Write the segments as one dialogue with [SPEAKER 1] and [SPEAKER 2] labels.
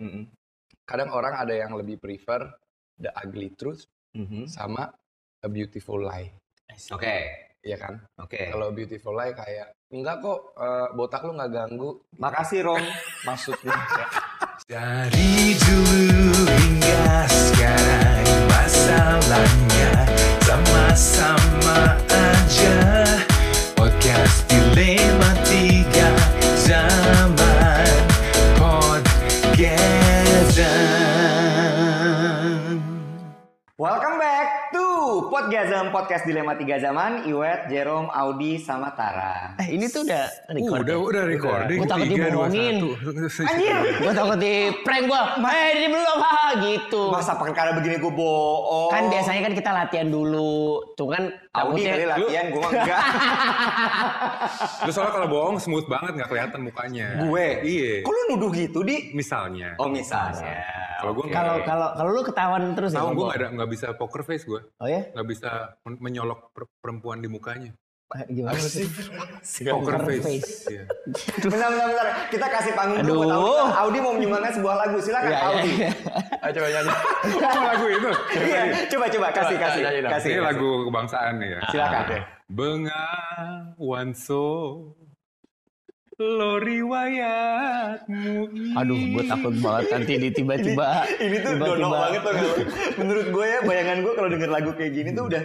[SPEAKER 1] Mhm.
[SPEAKER 2] Kadang orang ada yang lebih prefer The Ugly Truth
[SPEAKER 3] Mm-hmm.
[SPEAKER 1] Mhm.
[SPEAKER 4] Hmm.
[SPEAKER 2] sama A Beautiful Lie,
[SPEAKER 1] Oke.
[SPEAKER 2] iya kan?
[SPEAKER 1] Oke.
[SPEAKER 3] gitu.
[SPEAKER 2] Kalau A Beautiful Lie kayak enggak kok eh, botak lu nggak ganggu
[SPEAKER 1] Makasih Rom.
[SPEAKER 2] maksudnya. Ah, kayak,
[SPEAKER 3] Dari dulu hingga sekarang masalahnya sama-sama aja Podcast Dilema Tiga Zaman Podcastan
[SPEAKER 5] Welcome back to Podgasm, podcast dilema tiga zaman, Iwet, Jerome, Audi, sama Tara.
[SPEAKER 4] Eh, ini tuh udah record. ya?
[SPEAKER 3] Udah, udah recording.
[SPEAKER 4] Gua takut
[SPEAKER 3] Tiga, dua,
[SPEAKER 4] dibohongin.
[SPEAKER 3] satu.
[SPEAKER 5] Anjir!
[SPEAKER 4] Gue takut di prank gue. Eh, ini belum ah gitu.
[SPEAKER 5] Masa perkara begini gue bohong?
[SPEAKER 4] Kan biasanya kan kita latihan dulu. Tuh kan
[SPEAKER 5] Audi kali
[SPEAKER 4] takutnya
[SPEAKER 5] latihan, gue mah enggak.
[SPEAKER 3] Lu soalnya kalau bohong smooth banget nggak kelihatan mukanya.
[SPEAKER 5] gue?
[SPEAKER 3] Iya.
[SPEAKER 5] Kok lu nuduh gitu, Di?
[SPEAKER 3] Misalnya.
[SPEAKER 5] Oh, misalnya.
[SPEAKER 3] Kalau gue nggak.
[SPEAKER 5] Iya.
[SPEAKER 4] kalau kalau kalau lu ketahuan terus ya. sama
[SPEAKER 3] Tahu gue
[SPEAKER 4] gua?
[SPEAKER 3] nggak ada nggak bisa poker face gue,
[SPEAKER 4] Oh ya?
[SPEAKER 3] nggak bisa men- menyolok per- perempuan di mukanya.
[SPEAKER 4] Eh, Gimana sih?
[SPEAKER 3] Poker,
[SPEAKER 4] Poker
[SPEAKER 3] face.
[SPEAKER 4] face.
[SPEAKER 3] Iya.
[SPEAKER 5] Bentar, bentar, bentar. Kita kasih panggung dulu buat
[SPEAKER 4] Aduh.
[SPEAKER 5] Audi. Audi mau menyumbangkan sebuah lagu. Silakan,
[SPEAKER 4] Iya,
[SPEAKER 5] Audi.
[SPEAKER 4] iya.
[SPEAKER 2] Ah, coba nyanyi.
[SPEAKER 3] Oh, lagu itu.
[SPEAKER 5] Iya, coba, coba. Kasih,
[SPEAKER 2] Coba,
[SPEAKER 5] kasih.
[SPEAKER 2] nyanyi
[SPEAKER 4] Iya
[SPEAKER 2] dong.
[SPEAKER 5] Kasih.
[SPEAKER 3] Ini
[SPEAKER 5] kasih.
[SPEAKER 3] lagu kebangsaan nih
[SPEAKER 4] Ah.
[SPEAKER 3] ya.
[SPEAKER 5] Silakan.
[SPEAKER 3] Bengawan so lo riwayatmu ini.
[SPEAKER 4] Aduh, gue takut banget nanti di tiba-tiba.
[SPEAKER 5] Ini tuh dono banget tuh. Menurut gue ya, bayangan gue kalau denger lagu kayak gini tuh udah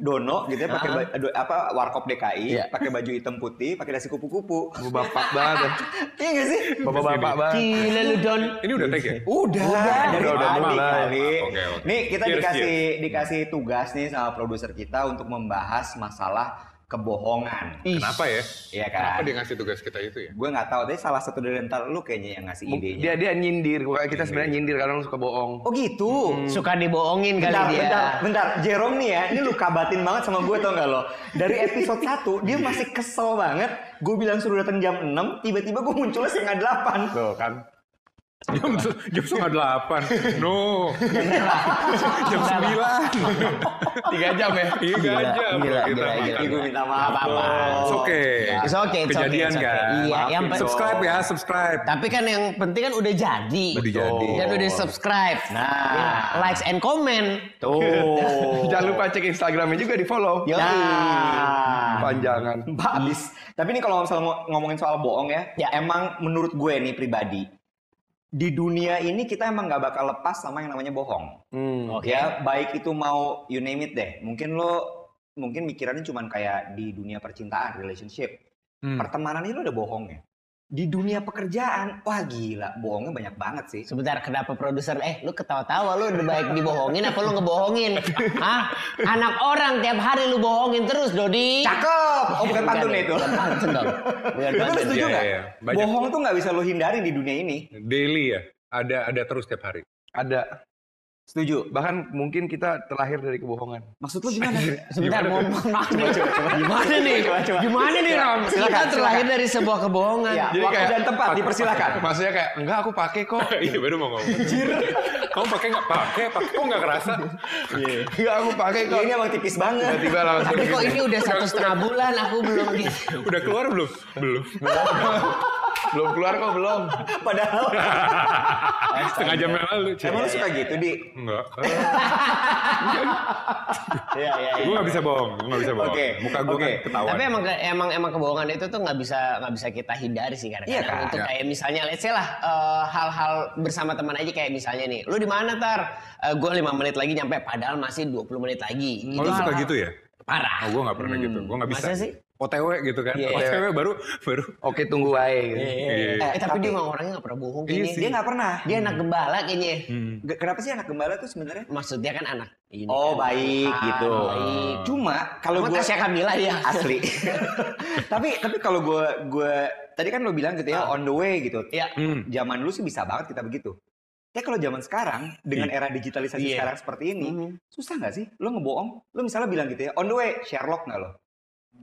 [SPEAKER 5] dono gitu ya pakai ba- do- apa warkop DKI
[SPEAKER 4] Iya.
[SPEAKER 5] pakai baju hitam putih pakai dasi kupu-kupu
[SPEAKER 2] Gua bapak banget. ya.
[SPEAKER 5] iya gak sih
[SPEAKER 2] Bapak-bapak banget.
[SPEAKER 4] Gila lu Don.
[SPEAKER 3] Ini udah tag ya?
[SPEAKER 5] Udah, dari
[SPEAKER 2] udah, udah,
[SPEAKER 5] tadi
[SPEAKER 2] udah.
[SPEAKER 5] kali.
[SPEAKER 3] Oke, oke.
[SPEAKER 5] Nih kita
[SPEAKER 3] Cheers,
[SPEAKER 5] dikasih dikasih tugas nih sama produser kita untuk membahas masalah kebohongan.
[SPEAKER 3] Kenapa ya?
[SPEAKER 5] Iya kan?
[SPEAKER 3] Kenapa dia ngasih tugas kita itu ya?
[SPEAKER 5] Gue nggak tahu, tapi salah satu dari ntar lu kayaknya yang ngasih idenya.
[SPEAKER 2] Dia dia nyindir, gua kita sebenarnya nyindir karena lu suka bohong.
[SPEAKER 5] Oh gitu.
[SPEAKER 4] Suka dibohongin Hmm. kali
[SPEAKER 5] Bentar,
[SPEAKER 4] dia.
[SPEAKER 5] bentar, bentar. Jerome nih ya, ini lu kabatin banget sama gue tau gak lo. Dari episode 1, dia masih kesel banget. Gue bilang suruh datang jam 6, tiba-tiba gue munculnya setengah 8.
[SPEAKER 2] Tuh kan.
[SPEAKER 3] Jam jam setengah delapan. No. jam sembilan.
[SPEAKER 2] Tiga jam ya.
[SPEAKER 3] Iya
[SPEAKER 4] Gila,
[SPEAKER 3] aja.
[SPEAKER 4] gila,
[SPEAKER 3] kita
[SPEAKER 4] gila,
[SPEAKER 3] makan.
[SPEAKER 5] Jadi gue minta maaf.
[SPEAKER 4] Gak apa-apa.
[SPEAKER 5] dong.
[SPEAKER 3] It's okay.
[SPEAKER 4] It's okay, it's okay,
[SPEAKER 3] Kejadian
[SPEAKER 4] it's okay.
[SPEAKER 3] kan.
[SPEAKER 4] Iya,
[SPEAKER 3] Maafin.
[SPEAKER 4] yang penting-
[SPEAKER 3] subscribe ya, subscribe.
[SPEAKER 4] Tapi kan yang penting kan udah jadi.
[SPEAKER 3] Udah jadi.
[SPEAKER 4] Dan udah subscribe.
[SPEAKER 5] Nah.
[SPEAKER 4] likes and comment.
[SPEAKER 5] Tuh.
[SPEAKER 2] Jangan lupa cek Instagramnya juga di follow.
[SPEAKER 4] Oh. Yoi.
[SPEAKER 5] Nah.
[SPEAKER 2] Panjangan.
[SPEAKER 5] Mbak abis. Tapi ini kalau misalnya ngo- ngomongin soal bohong ya,
[SPEAKER 4] Ya.
[SPEAKER 5] emang menurut gue nih pribadi, di dunia ini kita emang nggak bakal lepas sama yang namanya bohong.
[SPEAKER 2] Hmm.
[SPEAKER 4] Oke.
[SPEAKER 5] Ya, baik itu mau you name it deh. Mungkin lo mungkin mikirannya cuman kayak di dunia percintaan, relationship.
[SPEAKER 3] Hmm.
[SPEAKER 5] Pertemanan itu ada bohongnya. ya? Di dunia pekerjaan, wah gila, bohongnya banyak banget sih.
[SPEAKER 4] Sebentar, kenapa produser? Eh, lu ketawa-tawa, lu udah baik dibohongin apa lu ngebohongin? Hah? Anak orang tiap hari lu bohongin terus, Dodi.
[SPEAKER 5] Cakep! Oh bukan pantun ya itu.
[SPEAKER 4] Bukan pantun dong. Bukan
[SPEAKER 5] Tapi lu
[SPEAKER 4] pantun.
[SPEAKER 5] setuju
[SPEAKER 3] Iya,
[SPEAKER 5] nggak?
[SPEAKER 3] iya, banyak.
[SPEAKER 5] Bohong tuh nggak bisa lo hindarin di dunia ini.
[SPEAKER 3] Daily ya. Ada ada terus tiap hari.
[SPEAKER 2] Ada.
[SPEAKER 5] Setuju.
[SPEAKER 2] Bahkan mungkin kita terlahir dari kebohongan.
[SPEAKER 5] Maksud lo gimana?
[SPEAKER 4] Sebentar, mau mohon maaf nih. Gimana nih?
[SPEAKER 5] Coba, coba, coba.
[SPEAKER 4] Gimana nih, Ram?
[SPEAKER 5] Silakan,
[SPEAKER 4] Kita terlahir
[SPEAKER 5] silakan.
[SPEAKER 4] dari sebuah kebohongan.
[SPEAKER 5] Iya. Waktu dan tempat, dipersilakan.
[SPEAKER 2] Maksudnya kayak enggak aku pakai kok.
[SPEAKER 3] Iya baru mau ngomong. Kamu pakai nggak pakai? Pakai kok nggak kerasa?
[SPEAKER 2] Enggak aku pakai
[SPEAKER 5] Iya,
[SPEAKER 2] kok.
[SPEAKER 5] ini emang tipis banget.
[SPEAKER 2] Tiba-tiba langsung.
[SPEAKER 4] Tapi kok ini udah satu setengah bulan aku belum gitu.
[SPEAKER 3] Udah keluar belum? Belum.
[SPEAKER 2] belum keluar kok belum.
[SPEAKER 5] Padahal
[SPEAKER 3] Setengah jam yang lalu. Cek.
[SPEAKER 5] emang lo suka gitu di.
[SPEAKER 3] Enggak.
[SPEAKER 5] Iya iya.
[SPEAKER 3] Gue nggak bisa bohong. Gue nggak bisa bohong.
[SPEAKER 5] Oke,
[SPEAKER 3] Muka gue
[SPEAKER 5] oke.
[SPEAKER 3] kan ketahuan.
[SPEAKER 4] Tapi emang emang emang kebohongan itu tuh nggak bisa nggak bisa kita hindari sih kadang-kadang
[SPEAKER 5] Iya kan?
[SPEAKER 4] itu
[SPEAKER 3] Iya.
[SPEAKER 4] kayak misalnya let's say lah eh, hal-hal bersama teman aja kayak misalnya nih lu di mana tar gue lima menit lagi nyampe padahal masih 20 menit lagi
[SPEAKER 3] Oh, lu suka
[SPEAKER 4] hal-hal
[SPEAKER 3] gitu ya?
[SPEAKER 4] parah
[SPEAKER 3] Oh, gue gak pernah gitu. Gue gak bisa.
[SPEAKER 4] Hmm, Masa sih?
[SPEAKER 3] OTW gitu kan.
[SPEAKER 4] Iya.
[SPEAKER 3] OTW baru, baru.
[SPEAKER 2] Oke tunggu aja. gitu.
[SPEAKER 3] Iya.
[SPEAKER 4] Eh, tapi,
[SPEAKER 5] Tapi-
[SPEAKER 4] dia emang orangnya nggak pernah bohong
[SPEAKER 3] Iya
[SPEAKER 4] kayaknya
[SPEAKER 3] sih.
[SPEAKER 5] Dia nggak pernah.
[SPEAKER 4] dia anak gembala kayaknya
[SPEAKER 3] Hmm,
[SPEAKER 5] Ge- Kenapa sih anak gembala tuh sebenarnya?
[SPEAKER 4] maksudnya kan anak ini
[SPEAKER 5] Oh
[SPEAKER 4] kan.
[SPEAKER 5] baik
[SPEAKER 4] Ah,
[SPEAKER 5] gitu.
[SPEAKER 4] baik.
[SPEAKER 5] Cuma kalau
[SPEAKER 4] kalau
[SPEAKER 5] gue
[SPEAKER 4] Tasya Kamila ya. dia
[SPEAKER 5] asli. tapi tapi kalau gue gue tadi kan lo bilang gitu ya on the way gitu.
[SPEAKER 4] Iya.
[SPEAKER 3] Hmm.
[SPEAKER 5] Zaman dulu sih bisa banget kita begitu. Tapi kalau zaman sekarang dengan era digitalisasi
[SPEAKER 4] Iya.
[SPEAKER 5] sekarang seperti ini,
[SPEAKER 4] Mhm.
[SPEAKER 5] susah nggak sih? Lo ngebohong? Lo misalnya bilang gitu ya on the way Sherlock nggak lo?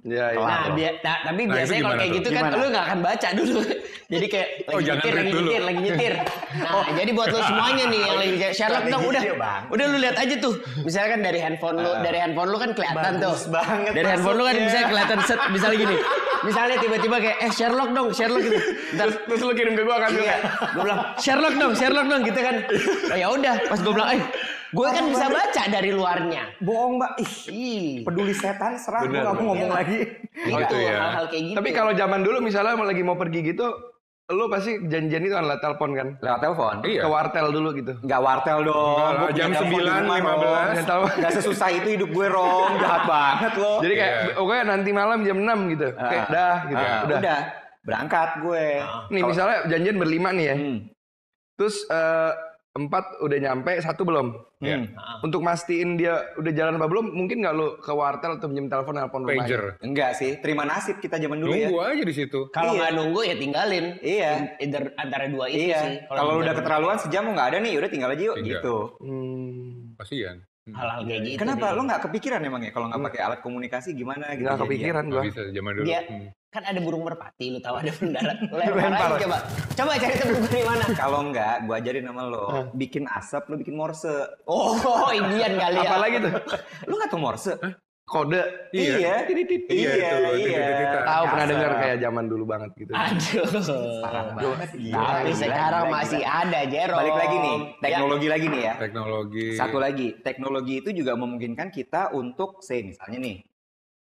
[SPEAKER 2] Iya, iya.
[SPEAKER 5] Kelar.
[SPEAKER 4] Nah, bia- nah, tapi
[SPEAKER 3] Nah, itu
[SPEAKER 4] biasanya kalau
[SPEAKER 3] gimana
[SPEAKER 4] kayak
[SPEAKER 3] tuh?
[SPEAKER 4] gitu kan
[SPEAKER 5] Gimana?
[SPEAKER 4] lu gak akan baca dulu. Jadi kayak
[SPEAKER 3] Oh,
[SPEAKER 4] lagi
[SPEAKER 3] jangan Oh.
[SPEAKER 4] nyetir,
[SPEAKER 3] read
[SPEAKER 4] lagi
[SPEAKER 3] dulu.
[SPEAKER 4] nyetir, lagi nyetir. Nah, jadi buat lu semuanya nih
[SPEAKER 3] Oh,
[SPEAKER 4] yang lagi
[SPEAKER 3] iya,
[SPEAKER 4] Sherlock dong
[SPEAKER 5] Strategi
[SPEAKER 4] udah.
[SPEAKER 5] gitu dia, Bang.
[SPEAKER 4] Udah lu lihat aja tuh. Misalnya kan dari handphone
[SPEAKER 3] Ah.
[SPEAKER 4] lu, dari handphone lu kan kelihatan tuh.
[SPEAKER 5] Bagus banget
[SPEAKER 4] Dari handphone lu kan
[SPEAKER 5] maksudnya.
[SPEAKER 4] bisa kelihatan set, misalnya gini. Misalnya tiba-tiba kayak eh Sherlock dong, Sherlock gitu. Ntar,
[SPEAKER 2] Terus lu kirim ke gua kan?
[SPEAKER 4] Iya. Gue bilang Sherlock dong, Sherlock dong gitu kan. Oh ya udah, pas gue bilang, eh, gue kan bisa baca dari luarnya.
[SPEAKER 5] Bohong mbak. Ih,
[SPEAKER 4] Ih,
[SPEAKER 5] peduli setan serah gue
[SPEAKER 3] Bener,
[SPEAKER 5] nggak mau
[SPEAKER 3] bener.
[SPEAKER 5] ngomong lagi.
[SPEAKER 4] gitu,
[SPEAKER 3] gitu
[SPEAKER 5] iya.
[SPEAKER 3] ya.
[SPEAKER 4] hal-hal kayak gitu.
[SPEAKER 2] Oh, Tapi kalau zaman dulu misalnya mau lagi mau pergi gitu, lu pasti janjian itu kan lewat telepon kan?
[SPEAKER 5] Lewat telepon.
[SPEAKER 3] Iya.
[SPEAKER 2] Ke wartel dulu gitu.
[SPEAKER 5] Gak wartel dong.
[SPEAKER 3] Enggak lah,
[SPEAKER 5] Gua punya
[SPEAKER 3] jam
[SPEAKER 5] telepon di
[SPEAKER 3] 9,
[SPEAKER 5] rumah,
[SPEAKER 3] 15.
[SPEAKER 5] Rom. Gak sesusah itu hidup gue Rom. Jahat banget lo.
[SPEAKER 2] Jadi kayak
[SPEAKER 3] Iya.
[SPEAKER 2] oke nanti malam jam 6 gitu. Kayak
[SPEAKER 5] Ah.
[SPEAKER 2] dah gitu.
[SPEAKER 5] Ah, udah.
[SPEAKER 2] udah.
[SPEAKER 5] Berangkat gue.
[SPEAKER 4] Nah,
[SPEAKER 2] Nih misalnya janjian berlima nih ya.
[SPEAKER 5] Hmm.
[SPEAKER 2] Terus eh, empat udah nyampe, satu belum.
[SPEAKER 3] Iya.
[SPEAKER 5] Hmm.
[SPEAKER 2] Untuk mastiin dia udah jalan apa belum, mungkin nggak lu ke wartel atau pinjam telepon telepon rumah. gitu.
[SPEAKER 3] Pager.
[SPEAKER 5] Enggak sih. Terima nasib kita zaman dulu ya.
[SPEAKER 3] Nunggu aja di situ.
[SPEAKER 4] Kalau
[SPEAKER 5] Iya.
[SPEAKER 4] nggak nunggu ya tinggalin.
[SPEAKER 5] Iya.
[SPEAKER 4] Either- antara dua itu sih.
[SPEAKER 5] Iya. Kalau lu udah keterlaluan sejam mau nggak ada nih, udah tinggal aja yuk
[SPEAKER 3] Tinggal.
[SPEAKER 5] gitu.
[SPEAKER 2] Hmm,
[SPEAKER 3] Kasihan.
[SPEAKER 4] hal-hal kayak gitu.
[SPEAKER 5] Kenapa
[SPEAKER 4] deh.
[SPEAKER 5] lo nggak kepikiran emang ya kalau nggak pakai alat komunikasi gimana
[SPEAKER 2] nggak
[SPEAKER 5] gitu? jadinya?
[SPEAKER 2] kepikiran
[SPEAKER 3] Nggak
[SPEAKER 2] gua.
[SPEAKER 3] bisa zaman dulu.
[SPEAKER 5] Iya,
[SPEAKER 4] Dia-
[SPEAKER 3] Hmm.
[SPEAKER 4] Kan ada burung merpati, lu tahu ada mendarat. Lempar
[SPEAKER 2] Lempar.
[SPEAKER 4] aja coba. Coba cari temen gue di mana.
[SPEAKER 5] Kalau nggak, gua ajarin sama lo. Bikin asap, lo bikin morse.
[SPEAKER 4] Oh, Indian kali ya.
[SPEAKER 2] Apalagi tuh
[SPEAKER 5] Lo nggak tau morse?
[SPEAKER 2] kode.
[SPEAKER 3] Iya.
[SPEAKER 5] Iya.
[SPEAKER 3] Iya,
[SPEAKER 5] Iya.
[SPEAKER 3] itu,
[SPEAKER 5] Iya.
[SPEAKER 3] titik-titik.
[SPEAKER 2] Tahu pernah
[SPEAKER 5] Asap.
[SPEAKER 2] dengar kayak zaman dulu banget gitu.
[SPEAKER 4] Aduh.
[SPEAKER 5] Parah banget. Gila,
[SPEAKER 4] Tapi
[SPEAKER 5] gila,
[SPEAKER 4] sekarang
[SPEAKER 5] gila,
[SPEAKER 4] masih
[SPEAKER 5] gila.
[SPEAKER 4] ada, Jerome.
[SPEAKER 5] Balik lagi nih, teknologi lagi nih ya.
[SPEAKER 3] Teknologi.
[SPEAKER 5] Satu lagi, teknologi itu juga memungkinkan kita untuk, say misalnya nih,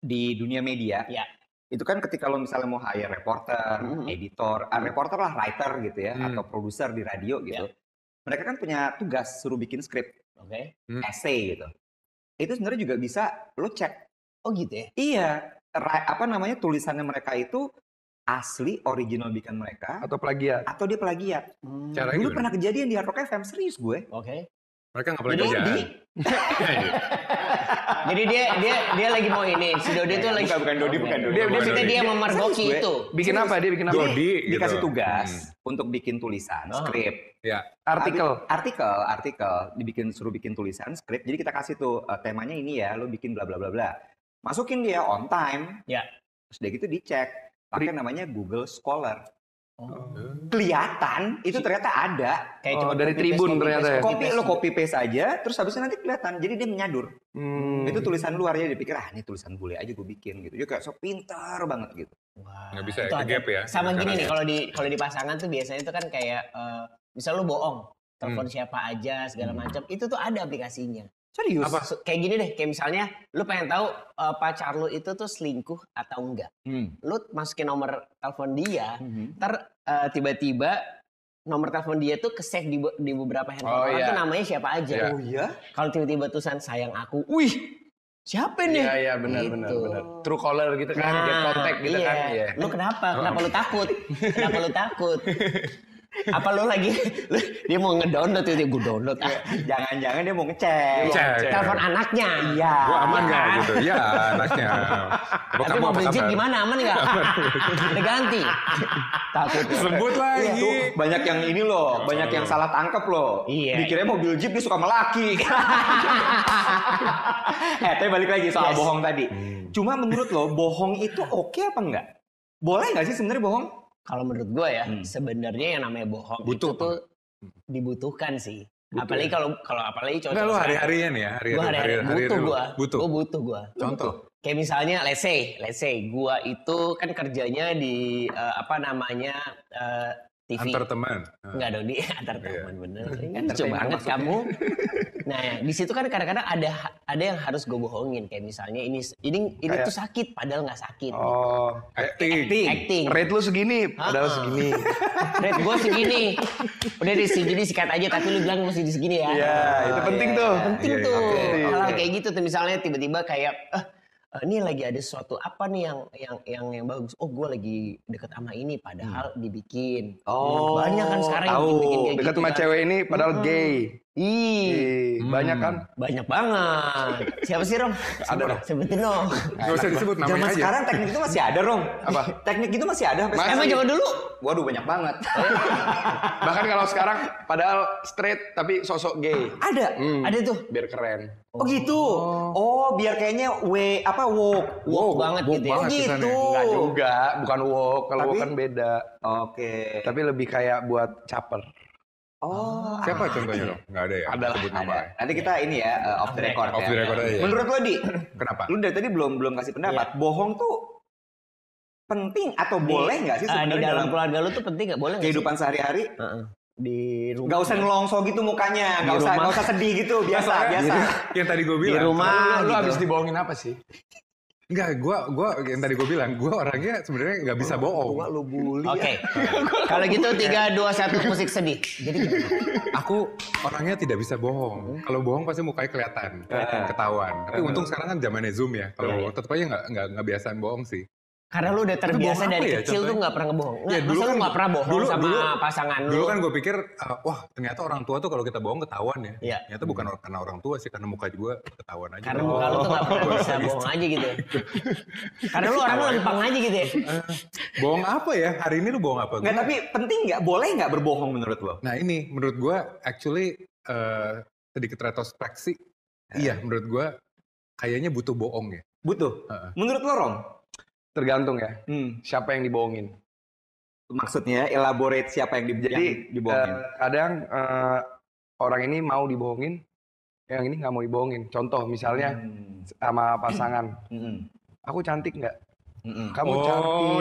[SPEAKER 5] di dunia media,
[SPEAKER 4] Ya.
[SPEAKER 5] itu kan ketika lo misalnya mau hire reporter,
[SPEAKER 4] Mhm.
[SPEAKER 5] editor, ah, reporter lah, writer gitu ya,
[SPEAKER 3] Hmm.
[SPEAKER 5] atau produser di radio gitu. Mereka kan punya tugas suruh bikin skrip,
[SPEAKER 4] Oke.
[SPEAKER 5] essay gitu. Itu sebenarnya juga bisa lo cek.
[SPEAKER 4] Oh gitu ya.
[SPEAKER 5] Iya, ra- apa namanya tulisannya mereka itu asli original bikin mereka
[SPEAKER 2] Atau plagiat.
[SPEAKER 5] atau dia plagiat.
[SPEAKER 4] Hmm.
[SPEAKER 3] Cara- Kayak
[SPEAKER 5] Dulu
[SPEAKER 3] gimana?
[SPEAKER 5] pernah kejadian di Hard Rock FM serius gue.
[SPEAKER 4] Oke.
[SPEAKER 3] Mereka nggak Iya, pernah
[SPEAKER 4] Jadi-
[SPEAKER 3] kerjaan.
[SPEAKER 4] Jadi dia dia dia lagi mau ini. Si Dodi tuh lagi
[SPEAKER 5] Bukan, bukan Dodi, bukan Dodi.
[SPEAKER 4] Dia
[SPEAKER 3] Bukan
[SPEAKER 4] dia
[SPEAKER 3] Dodi.
[SPEAKER 4] dia memergoki
[SPEAKER 5] Serius gue.
[SPEAKER 4] itu.
[SPEAKER 2] Bikin
[SPEAKER 5] Serius.
[SPEAKER 2] apa dia bikin apa?
[SPEAKER 3] Jadi- Dodi, gitu.
[SPEAKER 5] dikasih tugas untuk bikin tulisan
[SPEAKER 4] Hmm. Ah.
[SPEAKER 5] skrip
[SPEAKER 2] Artikel.
[SPEAKER 5] Habis- artikel artikel dibikin suruh bikin tulisan skrip jadi kita kasih tuh eh, temanya ini ya lo bikin bla bla bla bla masukin dia on time
[SPEAKER 4] Ya.
[SPEAKER 5] terus udah gitu dicek pakai namanya Google Scholar
[SPEAKER 3] Oh.
[SPEAKER 5] kelihatan itu ternyata ada
[SPEAKER 4] Kayak
[SPEAKER 2] Oh,
[SPEAKER 4] cuma
[SPEAKER 2] dari
[SPEAKER 4] copy
[SPEAKER 2] Tribun
[SPEAKER 4] paste, copy
[SPEAKER 2] ternyata
[SPEAKER 4] paste,
[SPEAKER 2] ya?
[SPEAKER 4] copy
[SPEAKER 5] copy lo
[SPEAKER 4] paste.
[SPEAKER 5] copy paste aja terus habisnya nanti kelihatan jadi dia menyadur
[SPEAKER 2] Hmm.
[SPEAKER 5] itu tulisan luar ya dipikir ah ini tulisan bule aja gue bikin gitu dia kayak so pintar banget gitu
[SPEAKER 4] Wah,
[SPEAKER 3] Nggak bisa ya,
[SPEAKER 4] itu
[SPEAKER 3] ke
[SPEAKER 4] ada.
[SPEAKER 3] gap ya.
[SPEAKER 4] Sama gini
[SPEAKER 3] Sekarang
[SPEAKER 4] nih
[SPEAKER 3] ya.
[SPEAKER 4] kalau di kalau di pasangan tuh biasanya itu kan kayak eh, misal lu bohong,
[SPEAKER 5] Hmm.
[SPEAKER 4] telepon siapa aja segala macam. Itu tuh ada aplikasinya.
[SPEAKER 5] serius
[SPEAKER 4] Apa? So- Kayak gini deh, kayak misalnya lu pengen tahu eh, pacar lu itu tuh selingkuh atau enggak.
[SPEAKER 5] Hmm.
[SPEAKER 4] Lu masukin nomor telepon dia,
[SPEAKER 5] Mhm.
[SPEAKER 4] ntar eh, tiba-tiba nomor telepon dia tuh ke save di, be- di beberapa handphone
[SPEAKER 2] Oh,
[SPEAKER 4] orang
[SPEAKER 2] iya.
[SPEAKER 4] tuh namanya siapa aja.
[SPEAKER 3] Iya.
[SPEAKER 5] oh iya
[SPEAKER 4] Kalau tiba-tiba tulisan sayang aku, wih siapa nih?
[SPEAKER 2] Iya iya benar benar
[SPEAKER 4] Gitu.
[SPEAKER 2] benar. True caller gitu kan,
[SPEAKER 4] Nah,
[SPEAKER 2] get contact gitu
[SPEAKER 4] iya.
[SPEAKER 2] kan. Iya.
[SPEAKER 4] Lu kenapa? Kenapa lu takut? Kenapa lu takut? Apa lu lagi lu- dia mau ngedownload itu gue download ah.
[SPEAKER 5] jangan-jangan dia mau ngecek
[SPEAKER 3] Cek.
[SPEAKER 4] Telepon anaknya. kan?
[SPEAKER 5] Iya.
[SPEAKER 3] Gua aman nggak gitu? Ya, anaknya. Apa
[SPEAKER 4] Tapi
[SPEAKER 3] kamu
[SPEAKER 4] mau
[SPEAKER 3] apa
[SPEAKER 4] beli jeep
[SPEAKER 3] kabar?
[SPEAKER 4] gimana? Aman nggak? Udah ganti. Takut.
[SPEAKER 3] Sebut
[SPEAKER 5] Itu
[SPEAKER 3] lagi.
[SPEAKER 5] banyak yang ini loh, banyak yang salah tangkep loh.
[SPEAKER 4] Iya.
[SPEAKER 5] Dikira mobil jeep dia suka melaki. eh, tapi balik lagi soal
[SPEAKER 4] Yes.
[SPEAKER 5] bohong tadi. Cuma menurut lo, bohong itu oke apa enggak? Boleh nggak sih sebenarnya bohong?
[SPEAKER 4] Kalau menurut gue ya,
[SPEAKER 5] Hmm.
[SPEAKER 4] sebenarnya yang namanya bohong
[SPEAKER 3] Butuh ya.
[SPEAKER 4] itu tuh dibutuhkan sih. Apalagi kalau kalau apalagi cowok.
[SPEAKER 3] Enggak lu hari-harinya nih ya, hari-hari.
[SPEAKER 4] Gue hari-hari butuh
[SPEAKER 3] lu.
[SPEAKER 4] gue.
[SPEAKER 3] Butuh.
[SPEAKER 4] Gue butuh gue.
[SPEAKER 3] Contoh.
[SPEAKER 4] Kayak misalnya, let's say, let's say, gua itu kan kerjanya di eh, apa namanya eh, TV.
[SPEAKER 3] Antar teman.
[SPEAKER 4] Enggak dong di antar
[SPEAKER 3] Iya.
[SPEAKER 4] teman bener. Lucu
[SPEAKER 5] Entertainment
[SPEAKER 4] banget
[SPEAKER 5] maksudnya.
[SPEAKER 4] kamu. Nah, di situ kan kadang-kadang ada ada yang harus gue bohongin kayak misalnya ini ini ini
[SPEAKER 2] Kayak-
[SPEAKER 4] tuh sakit padahal nggak sakit.
[SPEAKER 2] Oh,
[SPEAKER 3] Eh, Acting.
[SPEAKER 4] Acting.
[SPEAKER 2] rate lu segini, padahal
[SPEAKER 4] Ah.
[SPEAKER 2] segini.
[SPEAKER 4] Rate gue segini. Udah di segini sikat aja tapi lu bilang masih di segini ya.
[SPEAKER 2] Iya, itu penting tuh.
[SPEAKER 4] penting
[SPEAKER 3] Iya, iya,
[SPEAKER 4] tuh.
[SPEAKER 2] oke, iya,
[SPEAKER 4] Hal-hal
[SPEAKER 2] oke.
[SPEAKER 4] kayak gitu tuh misalnya tiba-tiba kayak eh eh, ini lagi ada sesuatu apa nih yang yang yang yang bagus. Oh, gue lagi deket sama ini padahal dibikin.
[SPEAKER 5] Oh,
[SPEAKER 4] banyak kan sekarang yang
[SPEAKER 5] tahu.
[SPEAKER 4] dibikin kayak
[SPEAKER 2] Dekat
[SPEAKER 4] gitu.
[SPEAKER 2] sama
[SPEAKER 4] kan.
[SPEAKER 2] cewek ini padahal gay.
[SPEAKER 4] Ih, Hmm.
[SPEAKER 2] Ih, banyak kan?
[SPEAKER 4] banyak banget. Siapa sih Rom?
[SPEAKER 2] Ada dong.
[SPEAKER 4] Sebutin dong.
[SPEAKER 3] Gak usah disebut namanya
[SPEAKER 5] Zaman
[SPEAKER 3] aja.
[SPEAKER 5] sekarang teknik itu masih ada, Rom.
[SPEAKER 2] Apa?
[SPEAKER 5] Teknik itu masih ada sampai
[SPEAKER 2] Mas-
[SPEAKER 4] Emang zaman dulu?
[SPEAKER 5] Waduh, banyak banget.
[SPEAKER 2] Bahkan kalau sekarang padahal straight tapi sosok gay.
[SPEAKER 5] ada.
[SPEAKER 4] Ada tuh.
[SPEAKER 2] Biar keren.
[SPEAKER 5] Oh gitu. Oh, biar kayaknya w apa woke.
[SPEAKER 4] Wow, banget
[SPEAKER 3] woke
[SPEAKER 4] gitu ya.
[SPEAKER 3] banget
[SPEAKER 5] gitu.
[SPEAKER 3] kesannya.
[SPEAKER 2] Enggak juga, Ya, bukan woke. Kalau
[SPEAKER 5] Tapi-
[SPEAKER 2] woke kan beda.
[SPEAKER 5] Oke.
[SPEAKER 2] Tapi lebih kayak buat caper.
[SPEAKER 5] Oh. ah.
[SPEAKER 3] Siapa contohnya dong? Gak ada ya?
[SPEAKER 2] Ada lah,
[SPEAKER 3] Sebut nama.
[SPEAKER 5] Ada. Nanti kita ini ya uh, off the record.
[SPEAKER 3] Off
[SPEAKER 5] ya.
[SPEAKER 3] the record aja.
[SPEAKER 5] Menurut lo di,
[SPEAKER 3] Kenapa?
[SPEAKER 5] lu dari tadi belum belum kasih pendapat. Bohong tuh penting atau boleh nggak sih
[SPEAKER 4] Ah,
[SPEAKER 5] sebenarnya
[SPEAKER 4] di dalam
[SPEAKER 5] dalam
[SPEAKER 4] keluarga lu tuh penting nggak boleh nggak sih?
[SPEAKER 5] kehidupan sehari-hari?
[SPEAKER 4] Heeh. di rumah.
[SPEAKER 5] Gak usah ngelongso gitu mukanya,
[SPEAKER 4] Di
[SPEAKER 5] gak usah,
[SPEAKER 4] rumah.
[SPEAKER 5] nggak usah sedih gitu, biasa,
[SPEAKER 3] Soalnya
[SPEAKER 5] biasa.
[SPEAKER 3] Yang tadi gue
[SPEAKER 4] di
[SPEAKER 3] bilang.
[SPEAKER 4] rumah.
[SPEAKER 2] Iya, lu, lu
[SPEAKER 4] gitu.
[SPEAKER 2] abis dibohongin apa sih?
[SPEAKER 3] Enggak, gue, gua, yang tadi gue bilang, gue orangnya sebenarnya gak bisa bohong.
[SPEAKER 2] Gua lu bully.
[SPEAKER 4] Oke. Kalau gitu tiga dua satu musik sedih. Jadi gimana?
[SPEAKER 3] Aku orangnya tidak bisa bohong. Kalau bohong pasti mukanya kelihatan, ketahuan. Tapi untung sekarang kan zamannya zoom ya. Kalau bohong tetap aja nggak nggak nggak biasaan bohong sih.
[SPEAKER 4] Karena lu udah terbiasa
[SPEAKER 3] bohong apa
[SPEAKER 4] dari
[SPEAKER 3] ya,
[SPEAKER 4] kecil tuh
[SPEAKER 3] contohnya?
[SPEAKER 4] nggak pernah ngebohong.
[SPEAKER 3] Ya,
[SPEAKER 4] Nggak,
[SPEAKER 3] dulu
[SPEAKER 4] masa lu
[SPEAKER 3] kan-
[SPEAKER 4] nggak pernah bohong
[SPEAKER 3] dulu-
[SPEAKER 4] sama
[SPEAKER 3] dulu-
[SPEAKER 4] pasangan lu?
[SPEAKER 3] Dulu kan gue pikir, uh, wah ternyata orang tua tuh kalau kita bohong ketahuan ya.
[SPEAKER 4] Iya.
[SPEAKER 3] Ternyata bukan or- karena orang tua sih, karena muka juga ketahuan aja. Oh, iya.
[SPEAKER 4] Karena muka lu tuh nggak pernah bisa bohong aja gitu. ya. Karena lu orangnya lempeng aja gitu ya.
[SPEAKER 3] Bohong apa ya? Hari ini lu bohong apa?
[SPEAKER 5] Nggak,
[SPEAKER 3] Gua-
[SPEAKER 5] tapi penting nggak, boleh nggak berbohong menurut lo?
[SPEAKER 3] Nah ini menurut gue actually eh, sedikit retrospeksi. Iya menurut gue kayaknya butuh bohong ya.
[SPEAKER 5] Butuh.
[SPEAKER 3] Heeh.
[SPEAKER 5] Menurut lo, Rom?
[SPEAKER 2] Tergantung ya, siapa yang dibohongin.
[SPEAKER 5] Maksudnya elaborate siapa yang, di,
[SPEAKER 2] Jadi,
[SPEAKER 5] yang dibohongin?
[SPEAKER 2] Eh, kadang eh, orang ini mau dibohongin, yang ini nggak mau dibohongin. Contoh misalnya
[SPEAKER 5] Hmm.
[SPEAKER 2] sama pasangan,
[SPEAKER 5] Mm-mm.
[SPEAKER 2] aku cantik nggak?
[SPEAKER 5] Mm-mm.
[SPEAKER 2] Kamu
[SPEAKER 3] oh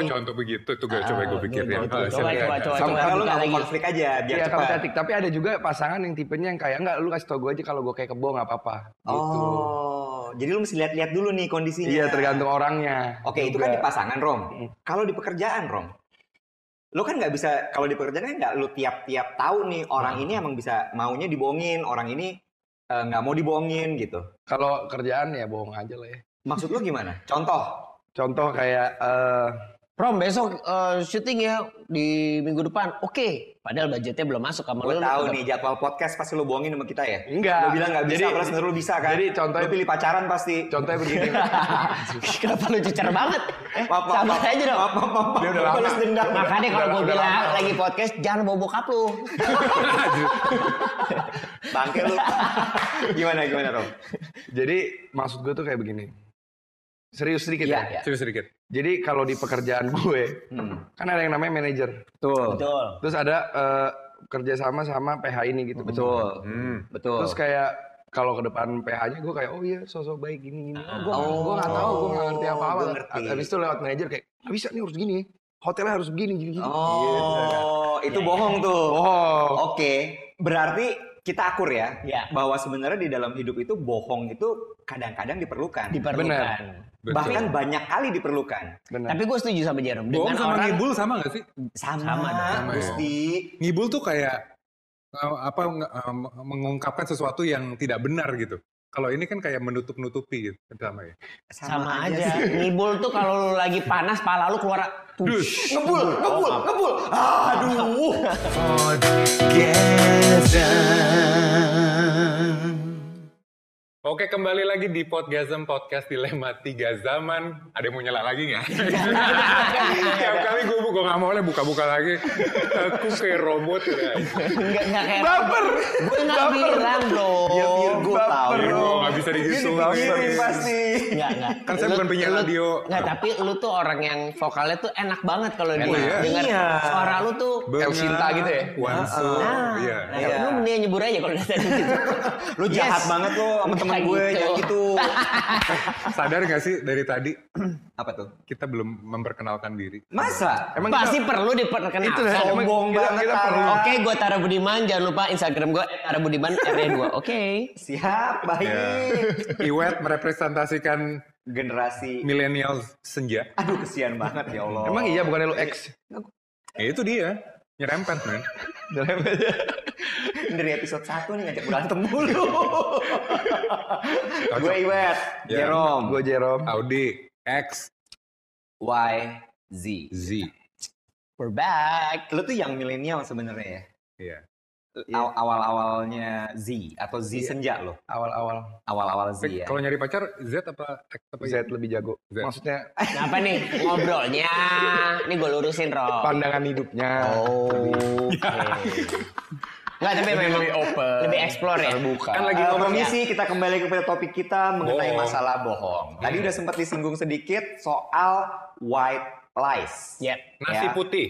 [SPEAKER 2] cantik.
[SPEAKER 3] contoh begitu tuh gue coba gue
[SPEAKER 4] Ah,
[SPEAKER 3] pikirin.
[SPEAKER 4] dulu- dulu-
[SPEAKER 3] Ah,
[SPEAKER 4] Coba,
[SPEAKER 3] silakan.
[SPEAKER 4] coba, coba.
[SPEAKER 2] Sama
[SPEAKER 4] coba.
[SPEAKER 5] Karena lu nggak mau
[SPEAKER 4] Lagi.
[SPEAKER 5] konflik aja, biar
[SPEAKER 2] Iya kamu
[SPEAKER 5] cepat.
[SPEAKER 2] cantik. Tapi ada juga pasangan yang tipenya yang kayak nggak lu kasih tau gue aja kalau gue kayak kebo nggak apa-apa. Gitu.
[SPEAKER 5] Oh, jadi lu mesti lihat-lihat dulu nih kondisinya.
[SPEAKER 2] Iya tergantung orangnya.
[SPEAKER 5] Oke, itu
[SPEAKER 2] juga.
[SPEAKER 5] kan di pasangan, Rom.
[SPEAKER 2] Mm.
[SPEAKER 5] Kalau di pekerjaan, Rom, lu kan nggak bisa kalau di pekerjaan kan nggak lu tiap-tiap tahu nih orang ini emang bisa maunya dibohongin, orang ini eh, nggak mau dibohongin gitu.
[SPEAKER 2] Kalau kerjaan ya bohong aja lah ya.
[SPEAKER 5] Maksud lu gimana? Contoh.
[SPEAKER 2] Contoh kayak eh,
[SPEAKER 4] Prom besok eh, syuting ya di minggu depan. Oke, padahal budgetnya belum masuk sama
[SPEAKER 5] Gue
[SPEAKER 4] lu.
[SPEAKER 5] tahu
[SPEAKER 4] lu-
[SPEAKER 5] nih jadwal podcast pasti lu bohongin sama kita ya.
[SPEAKER 2] Enggak.
[SPEAKER 5] Lu bilang nggak bisa,
[SPEAKER 2] Ah, Jadi-
[SPEAKER 5] padahal sebenarnya lu bisa kan.
[SPEAKER 2] jadi contohnya-
[SPEAKER 5] lu pilih pacaran pasti.
[SPEAKER 2] contohnya begini.
[SPEAKER 4] Kenapa lu cecer banget? Eh,
[SPEAKER 5] Maaf, maaf,
[SPEAKER 4] sabar
[SPEAKER 5] maaf.
[SPEAKER 4] aja dong.
[SPEAKER 5] Maaf, maaf, maaf, maaf.
[SPEAKER 3] Dia udah lama.
[SPEAKER 5] Balas dendam.
[SPEAKER 4] Makanya kalau gue
[SPEAKER 3] udah
[SPEAKER 4] bilang
[SPEAKER 3] lama.
[SPEAKER 4] lagi podcast jangan bawa bokap lu.
[SPEAKER 5] Bangke lu. gimana gimana, Rom?
[SPEAKER 2] Jadi maksud gue tuh kayak begini. Serius sedikit
[SPEAKER 5] Iya,
[SPEAKER 2] ya.
[SPEAKER 5] iya.
[SPEAKER 3] Serius sedikit.
[SPEAKER 2] Jadi kalau di pekerjaan gue,
[SPEAKER 5] Hmm.
[SPEAKER 2] kan ada yang namanya manajer.
[SPEAKER 5] Betul.
[SPEAKER 4] Betul.
[SPEAKER 2] Terus ada eh, kerjasama sama PH ini gitu.
[SPEAKER 5] Betul.
[SPEAKER 3] Hmm.
[SPEAKER 5] Betul.
[SPEAKER 2] Terus kayak kalau ke depan PH-nya gue kayak oh iya sosok baik gini gini. Oh, gue
[SPEAKER 5] Oh.
[SPEAKER 2] gue nggak tahu gue nggak ngerti apa apa.
[SPEAKER 5] Gua Oh, ngerti.
[SPEAKER 2] Habis itu lewat manajer kayak nggak bisa nih harus gini. Hotelnya harus begini gini gini. Gitu.
[SPEAKER 5] Oh, itu bohong tuh.
[SPEAKER 2] Oh.
[SPEAKER 5] Oke, berarti kita akur ya,
[SPEAKER 4] Ya.
[SPEAKER 5] bahwa sebenarnya di dalam hidup itu bohong itu kadang-kadang diperlukan,
[SPEAKER 4] Diperlukan.
[SPEAKER 2] Benar.
[SPEAKER 3] Betul.
[SPEAKER 5] bahkan banyak kali diperlukan.
[SPEAKER 2] Benar.
[SPEAKER 4] Tapi gue setuju sama Jerome. Dengan
[SPEAKER 3] bohong sama
[SPEAKER 4] orang
[SPEAKER 3] ngibul sama gak sih?
[SPEAKER 5] Sama,
[SPEAKER 4] Sama dong.
[SPEAKER 3] Sama ya.
[SPEAKER 5] Gusti.
[SPEAKER 3] Ngibul tuh kayak eh, apa nge- eh, mengungkapkan sesuatu yang tidak benar gitu. Kalau ini kan kayak menutup-nutupi gitu sama ya.
[SPEAKER 4] sama aja. Ngibul tuh kalau lu lagi panas, pala lu keluar. Tush.
[SPEAKER 5] Ngebul, ngebul, ngebul. Oh, Aduh.
[SPEAKER 3] Oke, kembali lagi di Podgasm Podcast Dilema Tiga Zaman. Ada yang mau nyala lagi nggak? Tiap kali gue gue nggak mau lah buka-buka lagi. Aku kayak robot ya.
[SPEAKER 4] Enggak enggak kayak.
[SPEAKER 2] Baper.
[SPEAKER 4] Gue enggak bilang dong.
[SPEAKER 5] Dia Virgo
[SPEAKER 2] baper.
[SPEAKER 5] tahu.
[SPEAKER 3] Virgo, nggak bisa digituin.
[SPEAKER 5] dipikirin pasti.
[SPEAKER 4] Enggak, enggak.
[SPEAKER 3] Kan saya
[SPEAKER 4] Lu-
[SPEAKER 3] bukan penyiar
[SPEAKER 4] lu-
[SPEAKER 3] radio.
[SPEAKER 4] Enggak, tapi lu tuh orang yang vokalnya tuh enak banget kalau
[SPEAKER 2] Enak.
[SPEAKER 4] dia dengar
[SPEAKER 5] Iya.
[SPEAKER 4] suara lu tuh.
[SPEAKER 2] El Sinta gitu ya? Ah,
[SPEAKER 3] Wansu.
[SPEAKER 4] Nah,
[SPEAKER 3] Iya.
[SPEAKER 4] nah,
[SPEAKER 5] Iya.
[SPEAKER 4] lu mendingan nyebur aja kalau udah tadi gitu.
[SPEAKER 5] Lu jahat
[SPEAKER 4] Yes.
[SPEAKER 5] banget lo sama temen
[SPEAKER 4] Nggak
[SPEAKER 5] gue,
[SPEAKER 4] gitu.
[SPEAKER 5] jangan gitu.
[SPEAKER 3] Sadar gak sih dari tadi
[SPEAKER 5] Apa tuh?
[SPEAKER 3] kita belum memperkenalkan diri?
[SPEAKER 5] Masa?
[SPEAKER 2] Emang
[SPEAKER 4] Pasti perlu diperkenalkan.
[SPEAKER 2] Itu dah, emang
[SPEAKER 5] Sombong
[SPEAKER 2] kita-
[SPEAKER 5] banget,
[SPEAKER 2] kita perlu.
[SPEAKER 5] Tara.
[SPEAKER 4] Oke, gue Tara Budiman. Jangan lupa Instagram gue Tara Budiman RE2. Oke.
[SPEAKER 5] Siap, baik.
[SPEAKER 3] Ya. Iwet merepresentasikan
[SPEAKER 5] Generasi.
[SPEAKER 3] milenial senja.
[SPEAKER 5] Aduh, kesian banget ya Allah.
[SPEAKER 2] Emang iya bukannya lu X?
[SPEAKER 3] Ya itu dia. Nyerempet, men.
[SPEAKER 5] dari episode 1 nih ngajak berantem mulu.
[SPEAKER 3] Cocok.
[SPEAKER 5] gue Iwet,
[SPEAKER 3] Ya.
[SPEAKER 5] Jerome,
[SPEAKER 2] Gue Jerome.
[SPEAKER 3] Audi X
[SPEAKER 5] Y, Z.
[SPEAKER 3] Z.
[SPEAKER 4] We're back.
[SPEAKER 5] Lu tuh yang milenial sebenarnya ya.
[SPEAKER 3] Iya.
[SPEAKER 5] aw- awal-awalnya Z atau Z senja loh.
[SPEAKER 2] awal-awal
[SPEAKER 5] Awal-awal Z ya.
[SPEAKER 3] Kalau nyari pacar Z apa X apa Y?
[SPEAKER 2] Z lebih jago.
[SPEAKER 3] Z.
[SPEAKER 2] Maksudnya
[SPEAKER 4] Kenapa nih ngobrolnya? Nih gue lurusin Rob.
[SPEAKER 2] pandangan hidupnya.
[SPEAKER 4] Oh. Oke. Enggak tapi memang
[SPEAKER 5] Lebih open.
[SPEAKER 4] lebih explore ya.
[SPEAKER 5] Kan lagi
[SPEAKER 4] Eh,
[SPEAKER 5] komisi kita kembali kepada topik kita mengenai
[SPEAKER 3] Bohong. Iya.
[SPEAKER 5] masalah bohong. Tadi udah sempat disinggung sedikit soal white lies.
[SPEAKER 4] Yep.
[SPEAKER 3] Nasi
[SPEAKER 5] Ya.
[SPEAKER 3] putih.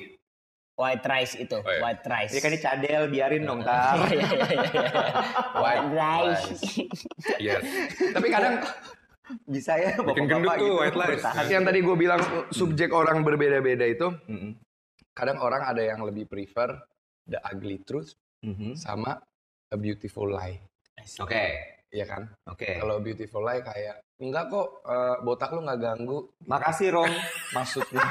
[SPEAKER 4] White rice itu,
[SPEAKER 3] Oh, iya.
[SPEAKER 4] white rice.
[SPEAKER 5] Jadi kan ini cadel biarin dong kan.
[SPEAKER 4] Iya, iya, iya, iya. White rice.
[SPEAKER 3] Yes.
[SPEAKER 2] Tapi kadang
[SPEAKER 5] Bisa ya
[SPEAKER 3] gendut
[SPEAKER 5] bapak-bapak
[SPEAKER 3] tuh
[SPEAKER 5] gitu.
[SPEAKER 3] white lies. Iya.
[SPEAKER 5] bertahan.
[SPEAKER 2] yang tadi gue bilang subjek orang berbeda-beda itu
[SPEAKER 5] Mm-mm.
[SPEAKER 2] kadang orang ada yang lebih prefer the ugly truth
[SPEAKER 5] Mhm.
[SPEAKER 2] sama a beautiful lie.
[SPEAKER 5] Oke,
[SPEAKER 2] Iya kan?
[SPEAKER 5] oke.
[SPEAKER 2] Kalau beautiful lie kayak enggak kok eh, botak lu nggak ganggu
[SPEAKER 5] Makasih Rom.
[SPEAKER 2] maksudnya.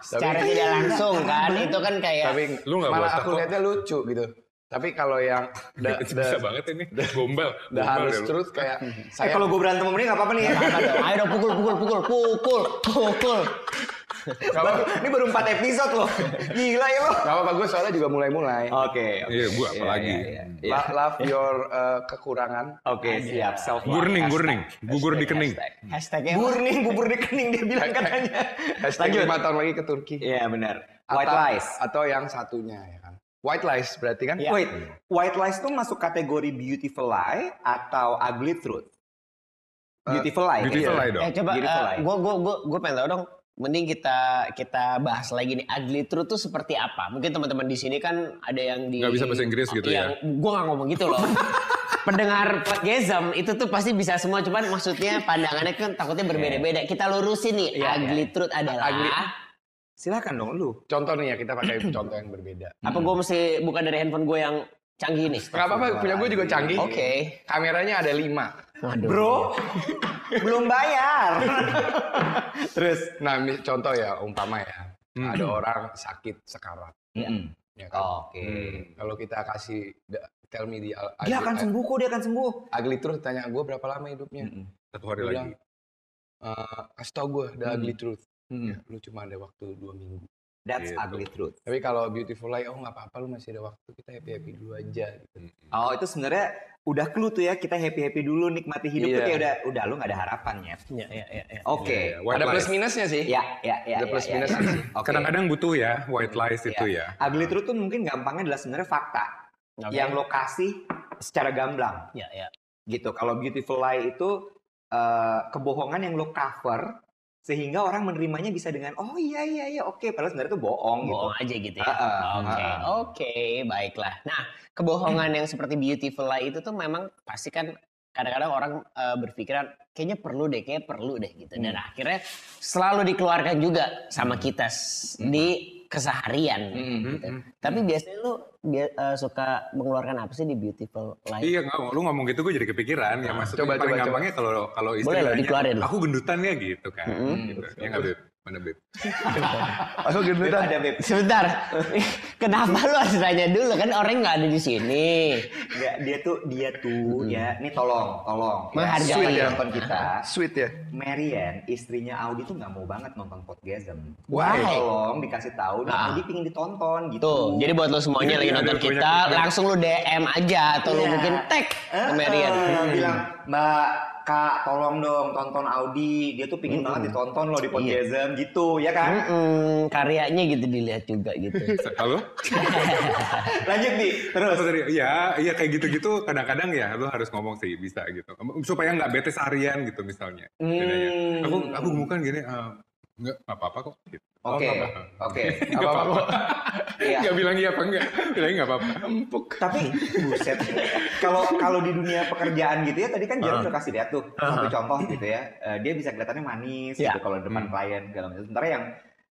[SPEAKER 4] Secara
[SPEAKER 2] tapi
[SPEAKER 4] tidak langsung kan, itu kan kayak
[SPEAKER 2] tapi
[SPEAKER 3] Lu nggak
[SPEAKER 2] malah
[SPEAKER 3] botak
[SPEAKER 2] aku
[SPEAKER 3] kok.
[SPEAKER 2] lihatnya lucu gitu. Tapi kalau yang the, the,
[SPEAKER 3] Bisa banget ini. Gombal.
[SPEAKER 2] the
[SPEAKER 3] Gombal
[SPEAKER 2] hardest
[SPEAKER 3] ya lu.
[SPEAKER 2] truth kayak
[SPEAKER 5] Eh,
[SPEAKER 2] saya
[SPEAKER 5] kalau gue berantem sama dia nggak apa-apa nih ya.
[SPEAKER 4] apa dong? Ayo dong pukul, pukul, pukul, pukul, pukul.
[SPEAKER 5] Baru- ini baru 4 episode loh. Gila ya lo.
[SPEAKER 2] Gak apa-apa gue soalnya juga mulai-mulai.
[SPEAKER 5] Oke. oke.
[SPEAKER 3] Iya, gua apa
[SPEAKER 5] Iya,
[SPEAKER 3] lagi?
[SPEAKER 5] iya, iya. Oh, Iya.
[SPEAKER 2] La- Love your eh, kekurangan.
[SPEAKER 5] Oke, siap. Self
[SPEAKER 3] Gurning, gurning. Gugur di kening.
[SPEAKER 4] Hashtagnya apa?
[SPEAKER 5] Gurning bubur di kening dia bilang katanya.
[SPEAKER 2] Hashtag lima tahun lagi ke Turki.
[SPEAKER 5] Iya benar.
[SPEAKER 2] Atau-
[SPEAKER 5] White lies.
[SPEAKER 2] Atau yang satunya ya kan. White lies berarti kan?
[SPEAKER 4] Iya.
[SPEAKER 5] Wait, white lies tuh masuk kategori beautiful lie atau ugly truth? iya. Beautiful lie.
[SPEAKER 3] Beautiful
[SPEAKER 5] kayaknya.
[SPEAKER 3] lie dong.
[SPEAKER 4] Eh coba
[SPEAKER 5] Beautiful
[SPEAKER 4] eh,
[SPEAKER 5] lie.
[SPEAKER 4] gua gua gua gua pengen tahu dong mending kita kita bahas lagi nih ugly truth tuh seperti apa. Mungkin teman-teman di sini kan ada yang di
[SPEAKER 3] Nggak bisa bahasa Inggris gitu ya?
[SPEAKER 4] Yang, gua nggak ngomong gitu loh. Pendengar Gesam itu tuh pasti bisa semua cuman maksudnya pandangannya kan takutnya
[SPEAKER 3] Iya.
[SPEAKER 4] berbeda-beda. Kita lurusin nih
[SPEAKER 5] Iya,
[SPEAKER 4] ugly truth adalah
[SPEAKER 5] Silakan dong lu.
[SPEAKER 2] Contoh nih ya kita pakai contoh yang berbeda.
[SPEAKER 4] apa
[SPEAKER 3] Hmm.
[SPEAKER 4] gua mesti buka dari handphone gua yang canggih nih?
[SPEAKER 3] Iya.
[SPEAKER 2] Gak apa-apa punya gue juga canggih.
[SPEAKER 4] Oke.
[SPEAKER 2] Kameranya ada lima.
[SPEAKER 4] Waduh.
[SPEAKER 5] Bro, belum bayar. Terus.
[SPEAKER 2] Nah mi- contoh ya umpama ya.
[SPEAKER 3] Hmm.
[SPEAKER 2] Ada orang sakit sekarat.
[SPEAKER 5] Mm-mm.
[SPEAKER 2] Ya kan?
[SPEAKER 5] Oke.
[SPEAKER 3] Hmm.
[SPEAKER 2] Kalau kita kasih the- tell me the ugly,
[SPEAKER 5] Dia akan sembuh kok, dia akan sembuh.
[SPEAKER 2] ugly truth tanya gue berapa lama hidupnya.
[SPEAKER 5] Mm-mm.
[SPEAKER 3] Satu hari
[SPEAKER 2] Bilang,
[SPEAKER 3] lagi.
[SPEAKER 2] Eh, kasih tau gue the
[SPEAKER 5] Hmm.
[SPEAKER 2] ugly truth.
[SPEAKER 5] Mm.
[SPEAKER 2] Ya, lu cuma ada waktu dua minggu.
[SPEAKER 5] That's
[SPEAKER 3] Gitu.
[SPEAKER 5] ugly truth.
[SPEAKER 2] Tapi kalau beautiful lie, oh nggak apa-apa lu masih ada waktu kita happy happy dulu aja. Gitu.
[SPEAKER 5] Oh itu sebenarnya udah clue tuh ya kita happy happy dulu nikmati
[SPEAKER 2] Iya.
[SPEAKER 5] hidup tuh kayak udah udah lu nggak ada harapan ya.
[SPEAKER 4] Iya, iya, iya, iya.
[SPEAKER 5] Oke.
[SPEAKER 3] Iya, white
[SPEAKER 2] ada plus
[SPEAKER 3] lies.
[SPEAKER 2] minusnya sih.
[SPEAKER 5] Ya ya ya.
[SPEAKER 2] Ada
[SPEAKER 5] ya,
[SPEAKER 2] plus
[SPEAKER 5] ya,
[SPEAKER 2] minus.
[SPEAKER 5] ya. Oke.
[SPEAKER 3] Kadang-kadang butuh ya white lies itu ya.
[SPEAKER 5] Ugly truth tuh mungkin gampangnya adalah sebenarnya fakta
[SPEAKER 4] Oke.
[SPEAKER 5] yang lo kasih secara gamblang
[SPEAKER 4] Iya, iya.
[SPEAKER 5] gitu. Kalau beautiful lie itu eh, kebohongan yang lo cover sehingga orang menerimanya bisa dengan oh iya iya iya oke padahal sebenarnya itu bohong, gitu.
[SPEAKER 4] bohong aja gitu ya.
[SPEAKER 3] Ah,
[SPEAKER 4] Oke,
[SPEAKER 5] Heeh,
[SPEAKER 4] oke,
[SPEAKER 5] heeh.
[SPEAKER 4] baiklah. Nah, kebohongan yang seperti beautiful lie itu tuh memang pasti kan kadang-kadang orang eh, berpikiran kayaknya perlu deh, kayaknya perlu deh gitu. Dan akhirnya selalu dikeluarkan juga sama kita s- di keseharian
[SPEAKER 5] Hmm.
[SPEAKER 4] gitu. Tapi biasanya lu bia- eh, suka mengeluarkan apa sih di beautiful lie?
[SPEAKER 3] Iya, nggak, lu ngomong gitu gue jadi kepikiran. Ya maksudnya
[SPEAKER 2] Coba,
[SPEAKER 3] paling
[SPEAKER 2] coba,
[SPEAKER 3] gampangnya kalau kalau istri
[SPEAKER 4] Boleh loh,
[SPEAKER 3] nanya,
[SPEAKER 4] dikeluarin loh.
[SPEAKER 3] aku gendutannya gitu kan.
[SPEAKER 4] Mm-mm.
[SPEAKER 3] Gitu. Ya nggak, Beb? Mana, Beb?
[SPEAKER 2] Aku gendutan.
[SPEAKER 5] Ada beb
[SPEAKER 4] Sebentar, kenapa lu harus tanya dulu kan orang nggak ada di sini?
[SPEAKER 5] Nggak, dia tuh dia tuh ya ini tolong tolong ya,
[SPEAKER 4] Menghargai.
[SPEAKER 5] sweet ya, nonton kita.
[SPEAKER 2] Sweet ya.
[SPEAKER 5] Marian, istrinya Audi tuh nggak mau banget nonton podcastem.
[SPEAKER 4] Why?
[SPEAKER 5] Tolong dikasih tahu, nih,
[SPEAKER 4] Ah.
[SPEAKER 5] Audi pingin ditonton gitu.
[SPEAKER 4] Tuh, jadi buat lo semuanya
[SPEAKER 3] Iya,
[SPEAKER 4] lagi
[SPEAKER 3] iya,
[SPEAKER 4] nonton
[SPEAKER 3] ada
[SPEAKER 4] kita,
[SPEAKER 3] banyak-
[SPEAKER 4] langsung lo DM aja atau lo
[SPEAKER 5] Iya.
[SPEAKER 4] mungkin tag
[SPEAKER 5] Eh,
[SPEAKER 4] ke Marian.
[SPEAKER 5] eh, bilang Mbak Kak, tolong dong tonton Audi. Dia tuh pingin banget ditonton loh di
[SPEAKER 4] Iya.
[SPEAKER 5] podcastem gitu, ya kan?
[SPEAKER 4] Mm-mm, karyanya gitu dilihat juga gitu.
[SPEAKER 3] Halo?
[SPEAKER 5] Lanjut nih, terus.
[SPEAKER 3] Apa tadi? Iya, iya kayak gitu-gitu kadang-kadang ya lu harus ngomong sih bisa gitu. Supaya nggak bete seharian gitu misalnya. Bedanya.
[SPEAKER 5] Hmm.
[SPEAKER 3] Aku aku gemukan gini, ah, nggak nggak apa-apa kok. Gitu. Oh,
[SPEAKER 5] Oke,
[SPEAKER 3] nggak apa-apa.
[SPEAKER 5] oke.
[SPEAKER 3] Nggak apa-apa.
[SPEAKER 5] Iya.
[SPEAKER 3] Nggak bilang iya apa enggak. Bilangnya nggak apa-apa. Empuk.
[SPEAKER 5] Tapi buset. Kalau kalau di dunia pekerjaan gitu ya, tadi kan
[SPEAKER 4] Ah.
[SPEAKER 5] Jarum udah kasih lihat tuh satu contoh gitu ya. Eh, dia bisa kelihatannya manis
[SPEAKER 4] Iya.
[SPEAKER 5] gitu kalau depan klien segala macam. Sementara yang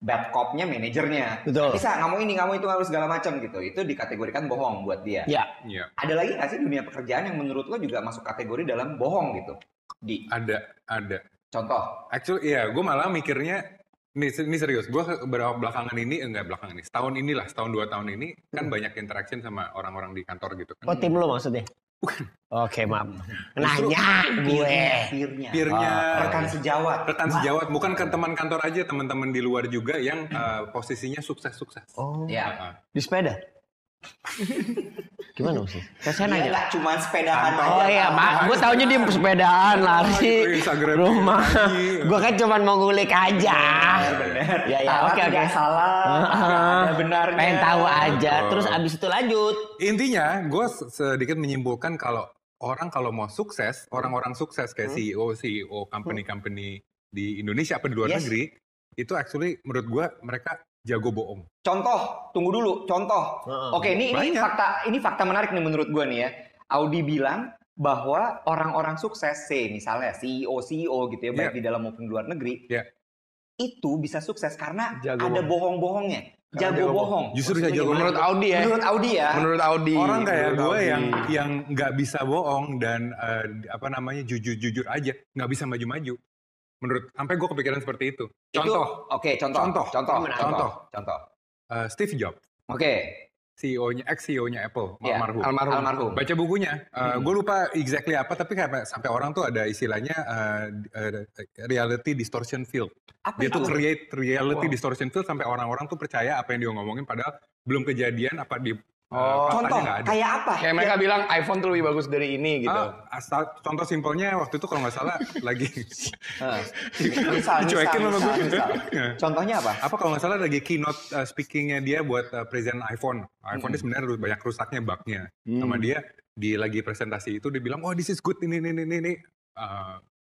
[SPEAKER 5] bad cop-nya manajernya.
[SPEAKER 4] Betul.
[SPEAKER 5] Bisa nggak mau ini, nggak mau itu, nggak mau segala macam gitu. Itu dikategorikan bohong buat dia.
[SPEAKER 4] Ya,
[SPEAKER 3] Iya,
[SPEAKER 5] Ada lagi nggak sih dunia pekerjaan yang menurut lo juga masuk kategori dalam bohong gitu? Di
[SPEAKER 3] ada ada.
[SPEAKER 5] contoh.
[SPEAKER 3] Actually, iya, gue malah mikirnya, ini, ini serius, gue berapa belakangan ini, enggak belakangan ini, setahun inilah, setahun dua tahun ini,
[SPEAKER 4] Hmm.
[SPEAKER 3] kan banyak interaction sama orang-orang di kantor gitu kan.
[SPEAKER 4] kok tim lo maksudnya? Oke, maaf. Nanya gue.
[SPEAKER 5] Peer-nya, peer-nya.
[SPEAKER 3] Peer-nya.
[SPEAKER 5] Ah, rekan sejawat.
[SPEAKER 3] Rekan sejawat, bukan ke teman kantor aja, teman-teman di luar juga yang eh, posisinya sukses-sukses.
[SPEAKER 4] Oh,
[SPEAKER 5] Ya.
[SPEAKER 3] Heeh.
[SPEAKER 4] di sepeda? Gimana maksudnya? Kayak saya
[SPEAKER 5] Dia
[SPEAKER 4] nanya.
[SPEAKER 5] nggak cuma sepedahan aja.
[SPEAKER 4] Kan Oh iya, Pak. Gue taunya dia sepedaan,
[SPEAKER 3] gitu,
[SPEAKER 4] Kan lari,
[SPEAKER 3] Instagram
[SPEAKER 4] rumah.
[SPEAKER 3] lagi.
[SPEAKER 4] Gue kan cuma mau ngulik aja.
[SPEAKER 5] Bener.
[SPEAKER 4] Ya, ya,
[SPEAKER 5] Salah
[SPEAKER 4] oke,
[SPEAKER 5] tidak
[SPEAKER 4] oke.
[SPEAKER 5] salah.
[SPEAKER 4] Heeh.
[SPEAKER 5] Ada benarnya.
[SPEAKER 4] Pengen tahu aja.
[SPEAKER 3] Betul.
[SPEAKER 4] Terus abis itu lanjut.
[SPEAKER 3] Intinya, gue sedikit menyimpulkan kalau orang kalau mau sukses, orang-orang sukses
[SPEAKER 4] Hmm.
[SPEAKER 3] kayak E CEO, CEO company-company di Indonesia apa di luar
[SPEAKER 4] Yes.
[SPEAKER 3] negeri, itu actually menurut gue mereka jago bohong.
[SPEAKER 5] Contoh, tunggu dulu. Contoh. Oke, ini ini
[SPEAKER 3] Banyak.
[SPEAKER 5] fakta ini fakta menarik nih menurut gue nih ya. Audi bilang bahwa orang-orang sukses, say, misalnya CEO, CEO gitu ya, baik di dalam maupun di luar negeri,
[SPEAKER 3] Yeah.
[SPEAKER 5] itu bisa sukses karena
[SPEAKER 2] Jago
[SPEAKER 5] ada
[SPEAKER 2] bohong.
[SPEAKER 5] bohong-bohongnya,
[SPEAKER 2] Karena
[SPEAKER 5] jago
[SPEAKER 2] jago
[SPEAKER 5] bohong.
[SPEAKER 3] Justru dia
[SPEAKER 5] Maksudnya
[SPEAKER 3] jago
[SPEAKER 5] gimana?
[SPEAKER 2] Menurut Audi ya.
[SPEAKER 5] Menurut Audi ya.
[SPEAKER 2] Menurut Audi.
[SPEAKER 3] Orang kayak
[SPEAKER 2] menurut
[SPEAKER 3] gue
[SPEAKER 2] Audi.
[SPEAKER 3] yang yang nggak bisa bohong dan eh, apa namanya jujur-jujur aja, nggak bisa maju-maju. Menurut, sampai gue kepikiran seperti itu.
[SPEAKER 5] Itu-
[SPEAKER 3] Contoh,
[SPEAKER 5] Oke, contoh.
[SPEAKER 3] Contoh.
[SPEAKER 5] Contoh.
[SPEAKER 4] Gimana?
[SPEAKER 5] Contoh. Contoh.
[SPEAKER 3] eh, Steve Jobs, E
[SPEAKER 5] Oke.
[SPEAKER 3] CEO-nya, ex-CEO-nya Apple,
[SPEAKER 5] Iya.
[SPEAKER 3] almarhum.
[SPEAKER 2] almarhum.
[SPEAKER 5] Almarhum.
[SPEAKER 3] baca bukunya. Eh, Gue lupa exactly apa, tapi kayak sampai orang tuh ada istilahnya uh, uh, reality distortion field.
[SPEAKER 5] Apa
[SPEAKER 3] Dia tuh
[SPEAKER 5] itu?
[SPEAKER 3] create reality
[SPEAKER 2] Wow.
[SPEAKER 3] distortion field sampai orang-orang tuh percaya apa yang dia ngomongin padahal belum kejadian apa di uh,
[SPEAKER 2] Oh,
[SPEAKER 3] faktanya
[SPEAKER 5] Contoh,
[SPEAKER 3] nggak ada.
[SPEAKER 5] kayak apa?
[SPEAKER 2] Kayak mereka bilang iPhone tuh lebih bagus dari ini gitu.
[SPEAKER 3] Ah, asal- contoh simpelnya waktu itu kalau nggak salah lagi
[SPEAKER 5] Heeh. Misal, misal,
[SPEAKER 3] dicuekin sama
[SPEAKER 5] misal,
[SPEAKER 3] gue.
[SPEAKER 5] misal.
[SPEAKER 3] Iya.
[SPEAKER 5] Contohnya apa?
[SPEAKER 3] apa kalau nggak salah lagi keynote uh, speakingnya dia buat uh, present iPhone. iPhone ini sebenarnya ru- banyak rusaknya bugnya. Sama
[SPEAKER 5] Mm.
[SPEAKER 3] dia di lagi presentasi itu dia bilang, oh this is good ini ini ini ini uh,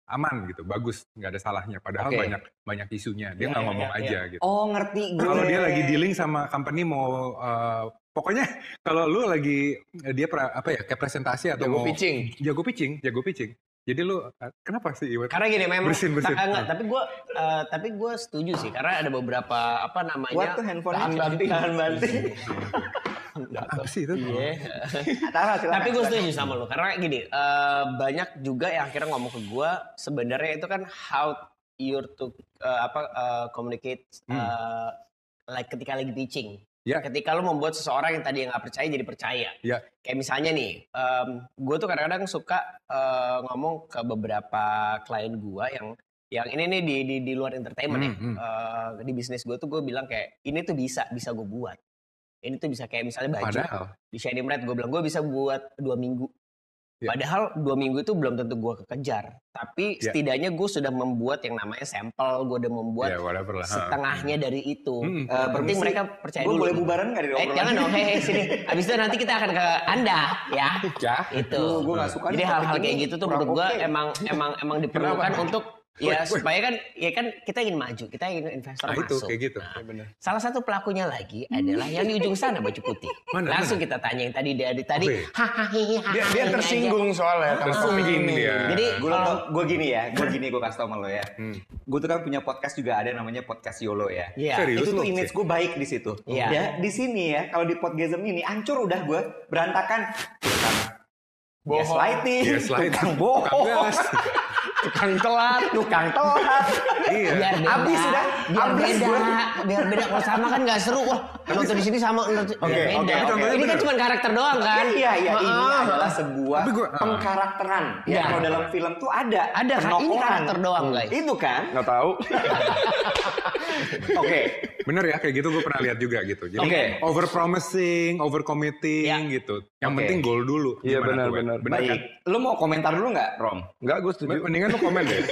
[SPEAKER 3] aman gitu, bagus, nggak ada salahnya. Padahal
[SPEAKER 5] Oke.
[SPEAKER 3] banyak banyak isunya. Dia
[SPEAKER 4] Ya,
[SPEAKER 3] nggak
[SPEAKER 4] ya,
[SPEAKER 3] ngomong
[SPEAKER 4] ya,
[SPEAKER 3] aja gitu.
[SPEAKER 5] Oh, ngerti gue.
[SPEAKER 3] Kalau dia lagi dealing sama company mau uh, pokoknya kalau lu lagi dia pra- apa ya kayak presentasi atau
[SPEAKER 2] Jago
[SPEAKER 3] mau
[SPEAKER 2] pitching.
[SPEAKER 3] jago pitching, jago pitching. Jadi lu uh, kenapa sih Iwan?
[SPEAKER 4] Karena gini memang
[SPEAKER 3] Bersin, bersin. Ah.
[SPEAKER 4] Ta- enggak, tapi gue tapi gue setuju sih karena ada beberapa apa
[SPEAKER 5] Buat
[SPEAKER 4] namanya
[SPEAKER 5] tuh handphone
[SPEAKER 2] Tahan banting.
[SPEAKER 5] Tahan banting.
[SPEAKER 3] Iya. Apa sih
[SPEAKER 4] Iya,
[SPEAKER 3] itu? Oh.
[SPEAKER 5] Taruh, silakan. Eh,
[SPEAKER 4] Tapi gue setuju sama lo karena gini eh, banyak juga yang akhirnya ngomong ke gue sebenarnya itu kan how your to eh, apa eh, communicate eh, like ketika lagi pitching.
[SPEAKER 3] Hmm. Ya.
[SPEAKER 4] Ketika lo membuat seseorang yang tadi yang nggak percaya jadi percaya.
[SPEAKER 3] Ya.
[SPEAKER 4] Kayak misalnya nih, gue tuh kadang-kadang suka eh, ngomong ke beberapa klien gue yang yang ini nih di di, di luar entertainment ya.
[SPEAKER 3] Hmm, hmm.
[SPEAKER 4] Eh, di bisnis gue tuh gue bilang kayak ini tuh bisa bisa gue buat. Ini tuh bisa kayak misalnya baju
[SPEAKER 3] Padahal
[SPEAKER 4] di Shining Red gue bilang gue bisa buat dua minggu
[SPEAKER 3] Ya.
[SPEAKER 4] padahal dua minggu itu belum tentu gue kekejar tapi
[SPEAKER 3] Ya.
[SPEAKER 4] setidaknya gue sudah membuat yang namanya sampel gue udah membuat
[SPEAKER 3] ya whatever lah. Ha.
[SPEAKER 4] setengahnya dari itu Eh,
[SPEAKER 3] Hmm.
[SPEAKER 5] permisi,
[SPEAKER 4] penting mereka percaya
[SPEAKER 5] Gue
[SPEAKER 4] dulu
[SPEAKER 5] boleh bubaran nggak dari
[SPEAKER 4] eh
[SPEAKER 5] obrolan?
[SPEAKER 4] jangan dong hehe sini abis itu nanti kita akan ke anda ya
[SPEAKER 2] Ya.
[SPEAKER 4] itu
[SPEAKER 5] Aduh, gua nggak suka
[SPEAKER 4] jadi
[SPEAKER 5] nih
[SPEAKER 4] hal-hal
[SPEAKER 5] topik
[SPEAKER 4] kayak
[SPEAKER 5] ini.
[SPEAKER 4] gitu tuh
[SPEAKER 5] Kurang
[SPEAKER 4] menurut gue
[SPEAKER 5] oke.
[SPEAKER 4] emang emang emang diperlukan untuk ya supaya kan ya kan kita ingin maju kita ingin investor
[SPEAKER 5] Ah,
[SPEAKER 3] Nah, itu
[SPEAKER 4] masuk
[SPEAKER 3] kayak gitu.
[SPEAKER 4] Nah, Salah satu pelakunya lagi adalah yang di ujung sana baju putih.
[SPEAKER 3] Mana,
[SPEAKER 4] Langsung kita tanya yang tadi dari tadi.
[SPEAKER 3] Oke.
[SPEAKER 4] Hahaha.
[SPEAKER 2] Dia, dia tersinggung soalnya sama topik
[SPEAKER 3] Tersinggung
[SPEAKER 2] ini.
[SPEAKER 3] dia.
[SPEAKER 4] Jadi
[SPEAKER 5] Gue
[SPEAKER 4] kalau
[SPEAKER 5] gue gini ya, gue gini gue kasih tau sama lo ya.
[SPEAKER 3] Hmm.
[SPEAKER 5] Gue tuh kan punya podcast juga ada namanya podcast Yolo ya.
[SPEAKER 4] ya,
[SPEAKER 3] Serius?
[SPEAKER 5] Itu tuh
[SPEAKER 3] lu?
[SPEAKER 5] image gue baik di situ.
[SPEAKER 4] Iya.
[SPEAKER 5] Ya, di sini ya, kalau di podcasm ini hancur udah gue berantakan.
[SPEAKER 2] Bohong.
[SPEAKER 5] Gaslighting,
[SPEAKER 3] Gaslighting.
[SPEAKER 5] tukang
[SPEAKER 3] Tukang
[SPEAKER 5] bohong,
[SPEAKER 3] gas.
[SPEAKER 4] tukang telat.
[SPEAKER 5] tukang telat.
[SPEAKER 3] Iya.
[SPEAKER 4] Biar beda.
[SPEAKER 5] Abis udah,
[SPEAKER 4] biar
[SPEAKER 5] abis
[SPEAKER 4] beda.
[SPEAKER 5] gue.
[SPEAKER 4] Biar beda. Kalau sama kan nggak seru. Wah, nonton di sini sama nonton
[SPEAKER 5] Oke,
[SPEAKER 4] biar
[SPEAKER 5] oke,
[SPEAKER 4] beda.
[SPEAKER 5] tapi contohnya
[SPEAKER 4] Ini kan
[SPEAKER 3] bener.
[SPEAKER 4] cuma karakter doang kan?
[SPEAKER 5] Iya, iya, ini
[SPEAKER 4] Heeh.
[SPEAKER 5] adalah sebuah
[SPEAKER 3] Tapi gua-
[SPEAKER 5] pengkarakteran. Ya,
[SPEAKER 4] Iya.
[SPEAKER 5] kalau dalam film tuh ada.
[SPEAKER 4] Ada kan? Ini
[SPEAKER 5] penokoran.
[SPEAKER 4] karakter doang guys.
[SPEAKER 5] Itu kan?
[SPEAKER 2] Nggak tahu.
[SPEAKER 5] Oke.
[SPEAKER 3] Bener ya kayak gitu gue pernah lihat juga gitu. Jadi
[SPEAKER 5] Oke.
[SPEAKER 3] over promising, over committing
[SPEAKER 4] Ya.
[SPEAKER 3] gitu. Yang
[SPEAKER 5] Oke.
[SPEAKER 3] penting goal dulu.
[SPEAKER 2] Iya,
[SPEAKER 3] Gimana
[SPEAKER 2] benar,
[SPEAKER 3] gue?
[SPEAKER 2] benar.
[SPEAKER 3] Benar kan?
[SPEAKER 5] Baik. Lu mau komentar dulu nggak, Rom?
[SPEAKER 2] Enggak, gue setuju.
[SPEAKER 3] Mendingan lu komen deh.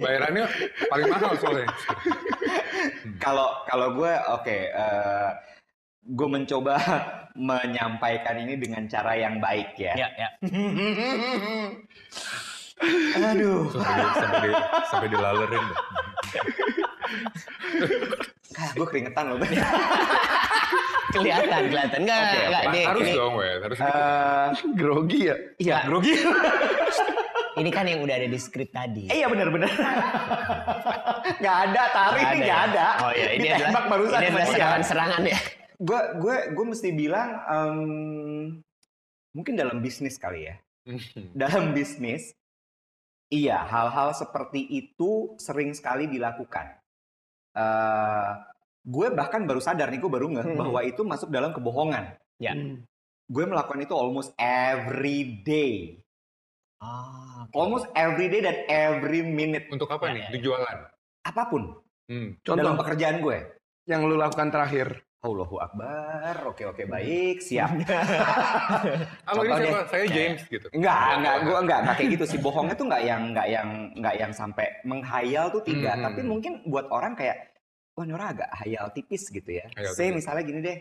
[SPEAKER 3] Bayarannya paling mahal soalnya.
[SPEAKER 4] Hmm.
[SPEAKER 5] Kalau kalau gue, oke, gue mencoba menyampaikan ini dengan cara yang baik ya.
[SPEAKER 4] Ya, ya.
[SPEAKER 5] Aduh,
[SPEAKER 3] Sampai, di- sampai, di, sampai dilalerin. deh.
[SPEAKER 5] gue keringetan loh.
[SPEAKER 4] Iya. Kelihatan, kelihatan. Enggak,
[SPEAKER 5] Oke, oke.
[SPEAKER 4] enggak. Dek,
[SPEAKER 3] harus
[SPEAKER 4] ini,
[SPEAKER 3] dong, weh. Harus
[SPEAKER 2] Eh, grogi ya.
[SPEAKER 5] Iya, grogi.
[SPEAKER 4] ini kan yang udah ada di skrip tadi.
[SPEAKER 5] Eh, Iya benar-benar. Gak ada, tarik
[SPEAKER 4] Nggak
[SPEAKER 5] ini gak ada.
[SPEAKER 4] ya? Oh iya, ini
[SPEAKER 5] Ditembak
[SPEAKER 4] adalah,
[SPEAKER 5] barusan.
[SPEAKER 4] ini adalah serangan-serangan ya.
[SPEAKER 5] Gue gue gue mesti bilang, em, mungkin dalam bisnis kali ya. Dalam bisnis, iya hal-hal seperti itu sering sekali dilakukan. Eh, gue bahkan baru sadar nih, gue baru ngeh
[SPEAKER 4] Hmm.
[SPEAKER 5] bahwa itu masuk dalam kebohongan.
[SPEAKER 4] Ya.
[SPEAKER 5] Hmm. Gue melakukan itu almost every day,
[SPEAKER 4] Ah, oke.
[SPEAKER 5] almost every day dan every minute
[SPEAKER 3] Untuk apa
[SPEAKER 4] Ya,
[SPEAKER 3] nih?
[SPEAKER 4] ya, ya.
[SPEAKER 3] Dijualan.
[SPEAKER 5] apapun
[SPEAKER 3] Hmm.
[SPEAKER 2] Contoh
[SPEAKER 5] dalam pekerjaan gue.
[SPEAKER 2] yang lu lakukan terakhir.
[SPEAKER 5] Allahu Akbar, oke oke baik, siap.
[SPEAKER 3] Halo, ini
[SPEAKER 5] Contoh
[SPEAKER 3] siapa?
[SPEAKER 5] deh.
[SPEAKER 3] Saya James gitu.
[SPEAKER 5] Enggak, enggak, gue enggak, enggak kayak gitu sih. Bohongnya tuh enggak yang enggak yang enggak yang sampai menghayal tuh tidak.
[SPEAKER 3] Hmm.
[SPEAKER 5] Tapi mungkin buat orang kayak, wah ini orang agak hayal tipis gitu ya.
[SPEAKER 3] Hayal
[SPEAKER 5] Saya
[SPEAKER 3] tipis.
[SPEAKER 5] misalnya gini deh,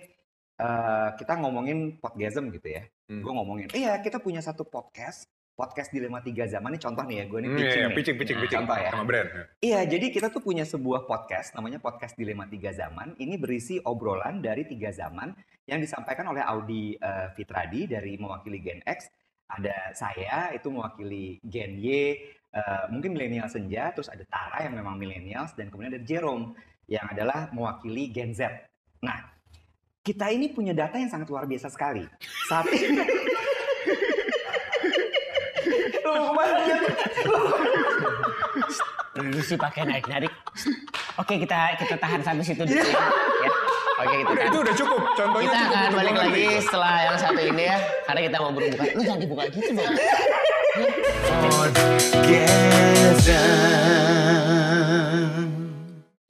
[SPEAKER 5] eh, kita ngomongin podgasm gitu ya.
[SPEAKER 3] Hmm.
[SPEAKER 5] Gue ngomongin, iya kita punya satu podcast, podcast dilema tiga zaman. Ini contoh nih ya, gue ini
[SPEAKER 3] Hmm,
[SPEAKER 5] pitching
[SPEAKER 3] iya, iya,
[SPEAKER 5] nih.
[SPEAKER 3] pitching, pitching,
[SPEAKER 4] Nah,
[SPEAKER 3] pitching.
[SPEAKER 5] contoh ya.
[SPEAKER 3] Sama brand. ya.
[SPEAKER 5] Iya, jadi kita tuh punya sebuah podcast namanya podcast Dilema Tiga Zaman. Ini berisi obrolan dari tiga zaman yang disampaikan oleh Audi eh, Fitradi dari mewakili Gen X. Ada saya itu mewakili Gen Y, eh, mungkin milenial senja. Terus ada Tara yang memang milenials dan kemudian ada Jerome yang adalah mewakili Gen Z. Nah, kita ini punya data yang sangat luar biasa sekali. Saat ini. Lu mau kemana?
[SPEAKER 4] Ini sih pakai narik-narik. Oke, kita kita tahan sampai situ dulu. ya. Ya. Oke, kita
[SPEAKER 3] Udah,
[SPEAKER 4] tahan.
[SPEAKER 3] itu udah cukup. Contohnya
[SPEAKER 4] Kita
[SPEAKER 3] Oh, iya, cukup.
[SPEAKER 4] akan
[SPEAKER 3] untuk
[SPEAKER 4] balik
[SPEAKER 3] mengerti.
[SPEAKER 4] lagi setelah yang satu ini ya. Karena kita mau berbuka. Lu jangan dibuka gitu dong.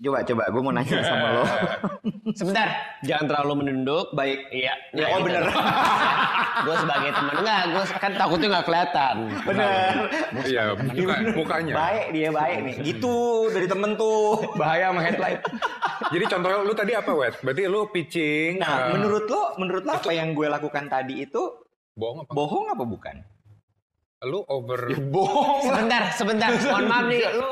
[SPEAKER 5] Coba, coba, gue mau nanya sama lo.
[SPEAKER 4] Sebentar, jangan terlalu menunduk. Baik, iya.
[SPEAKER 5] Oh, Ya, oh, bener.
[SPEAKER 4] gue sebagai temen enggak, gue kan takutnya nggak kelihatan.
[SPEAKER 5] Bener.
[SPEAKER 3] Iya, muka, mukanya.
[SPEAKER 5] Baik dia baik nih. Gitu dari temen tuh.
[SPEAKER 2] Bahaya sama headlight.
[SPEAKER 3] Jadi contohnya lu tadi apa, Wet? Berarti lu pitching. eh,
[SPEAKER 5] Nah, menurut lo, menurut lo apa yang gue lakukan tadi itu
[SPEAKER 3] Bohong apa?
[SPEAKER 5] bohong apa bukan?
[SPEAKER 3] Lu over...
[SPEAKER 2] bohong.
[SPEAKER 4] Sebentar, sebentar. Mohon maaf nih, lu.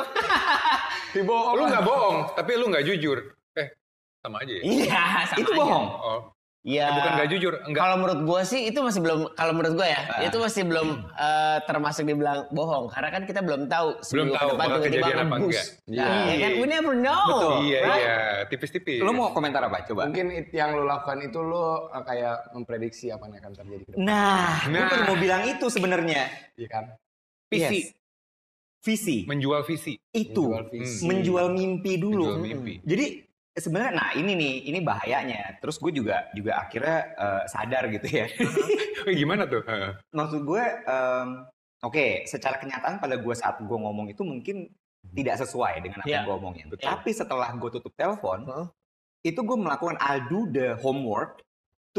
[SPEAKER 2] Dibohong.
[SPEAKER 3] Lu nggak bohong, tapi lu nggak jujur. Eh, sama aja ya?
[SPEAKER 4] Iya, sama
[SPEAKER 5] itu
[SPEAKER 4] aja.
[SPEAKER 5] bohong.
[SPEAKER 3] Oh,
[SPEAKER 4] Iya.
[SPEAKER 3] eh, bukan nggak jujur. Enggak.
[SPEAKER 4] Kalau menurut gue sih itu masih belum. Kalau menurut gue ya,
[SPEAKER 5] Ah.
[SPEAKER 4] itu masih belum eh, termasuk dibilang bohong. Karena kan kita belum tahu seminggu
[SPEAKER 3] tahu bakal kejadian apa
[SPEAKER 4] ngebus.
[SPEAKER 3] enggak.
[SPEAKER 4] Nah,
[SPEAKER 2] Iya.
[SPEAKER 4] ya kan we never know.
[SPEAKER 5] Betul.
[SPEAKER 3] Iya,
[SPEAKER 4] right?
[SPEAKER 3] iya. Tipis-tipis.
[SPEAKER 5] Lo mau komentar apa coba?
[SPEAKER 2] Mungkin it- yang lu lakukan itu lu eh, kayak memprediksi apa yang akan terjadi ke depan.
[SPEAKER 5] Nah, gue
[SPEAKER 3] Nah.
[SPEAKER 5] baru mau bilang itu sebenarnya.
[SPEAKER 2] Iya kan?
[SPEAKER 3] Visi.
[SPEAKER 5] Yes. Visi
[SPEAKER 3] Menjual visi.
[SPEAKER 5] itu
[SPEAKER 2] Menjual visi.
[SPEAKER 5] menjual mimpi dulu.
[SPEAKER 3] Menjual mimpi.
[SPEAKER 5] Jadi sebenarnya nah ini nih, ini bahayanya. Terus gue juga juga akhirnya eh, sadar gitu ya.
[SPEAKER 3] Eh, gimana tuh? Heeh.
[SPEAKER 5] maksud gue em, oke secara kenyataan pada gue saat gue ngomong itu mungkin tidak sesuai dengan apa
[SPEAKER 4] Hmm. Iya.
[SPEAKER 5] yang gue omongin
[SPEAKER 4] Betul.
[SPEAKER 5] tapi setelah gue tutup telepon
[SPEAKER 2] Heeh.
[SPEAKER 5] itu gue melakukan I'll do the homework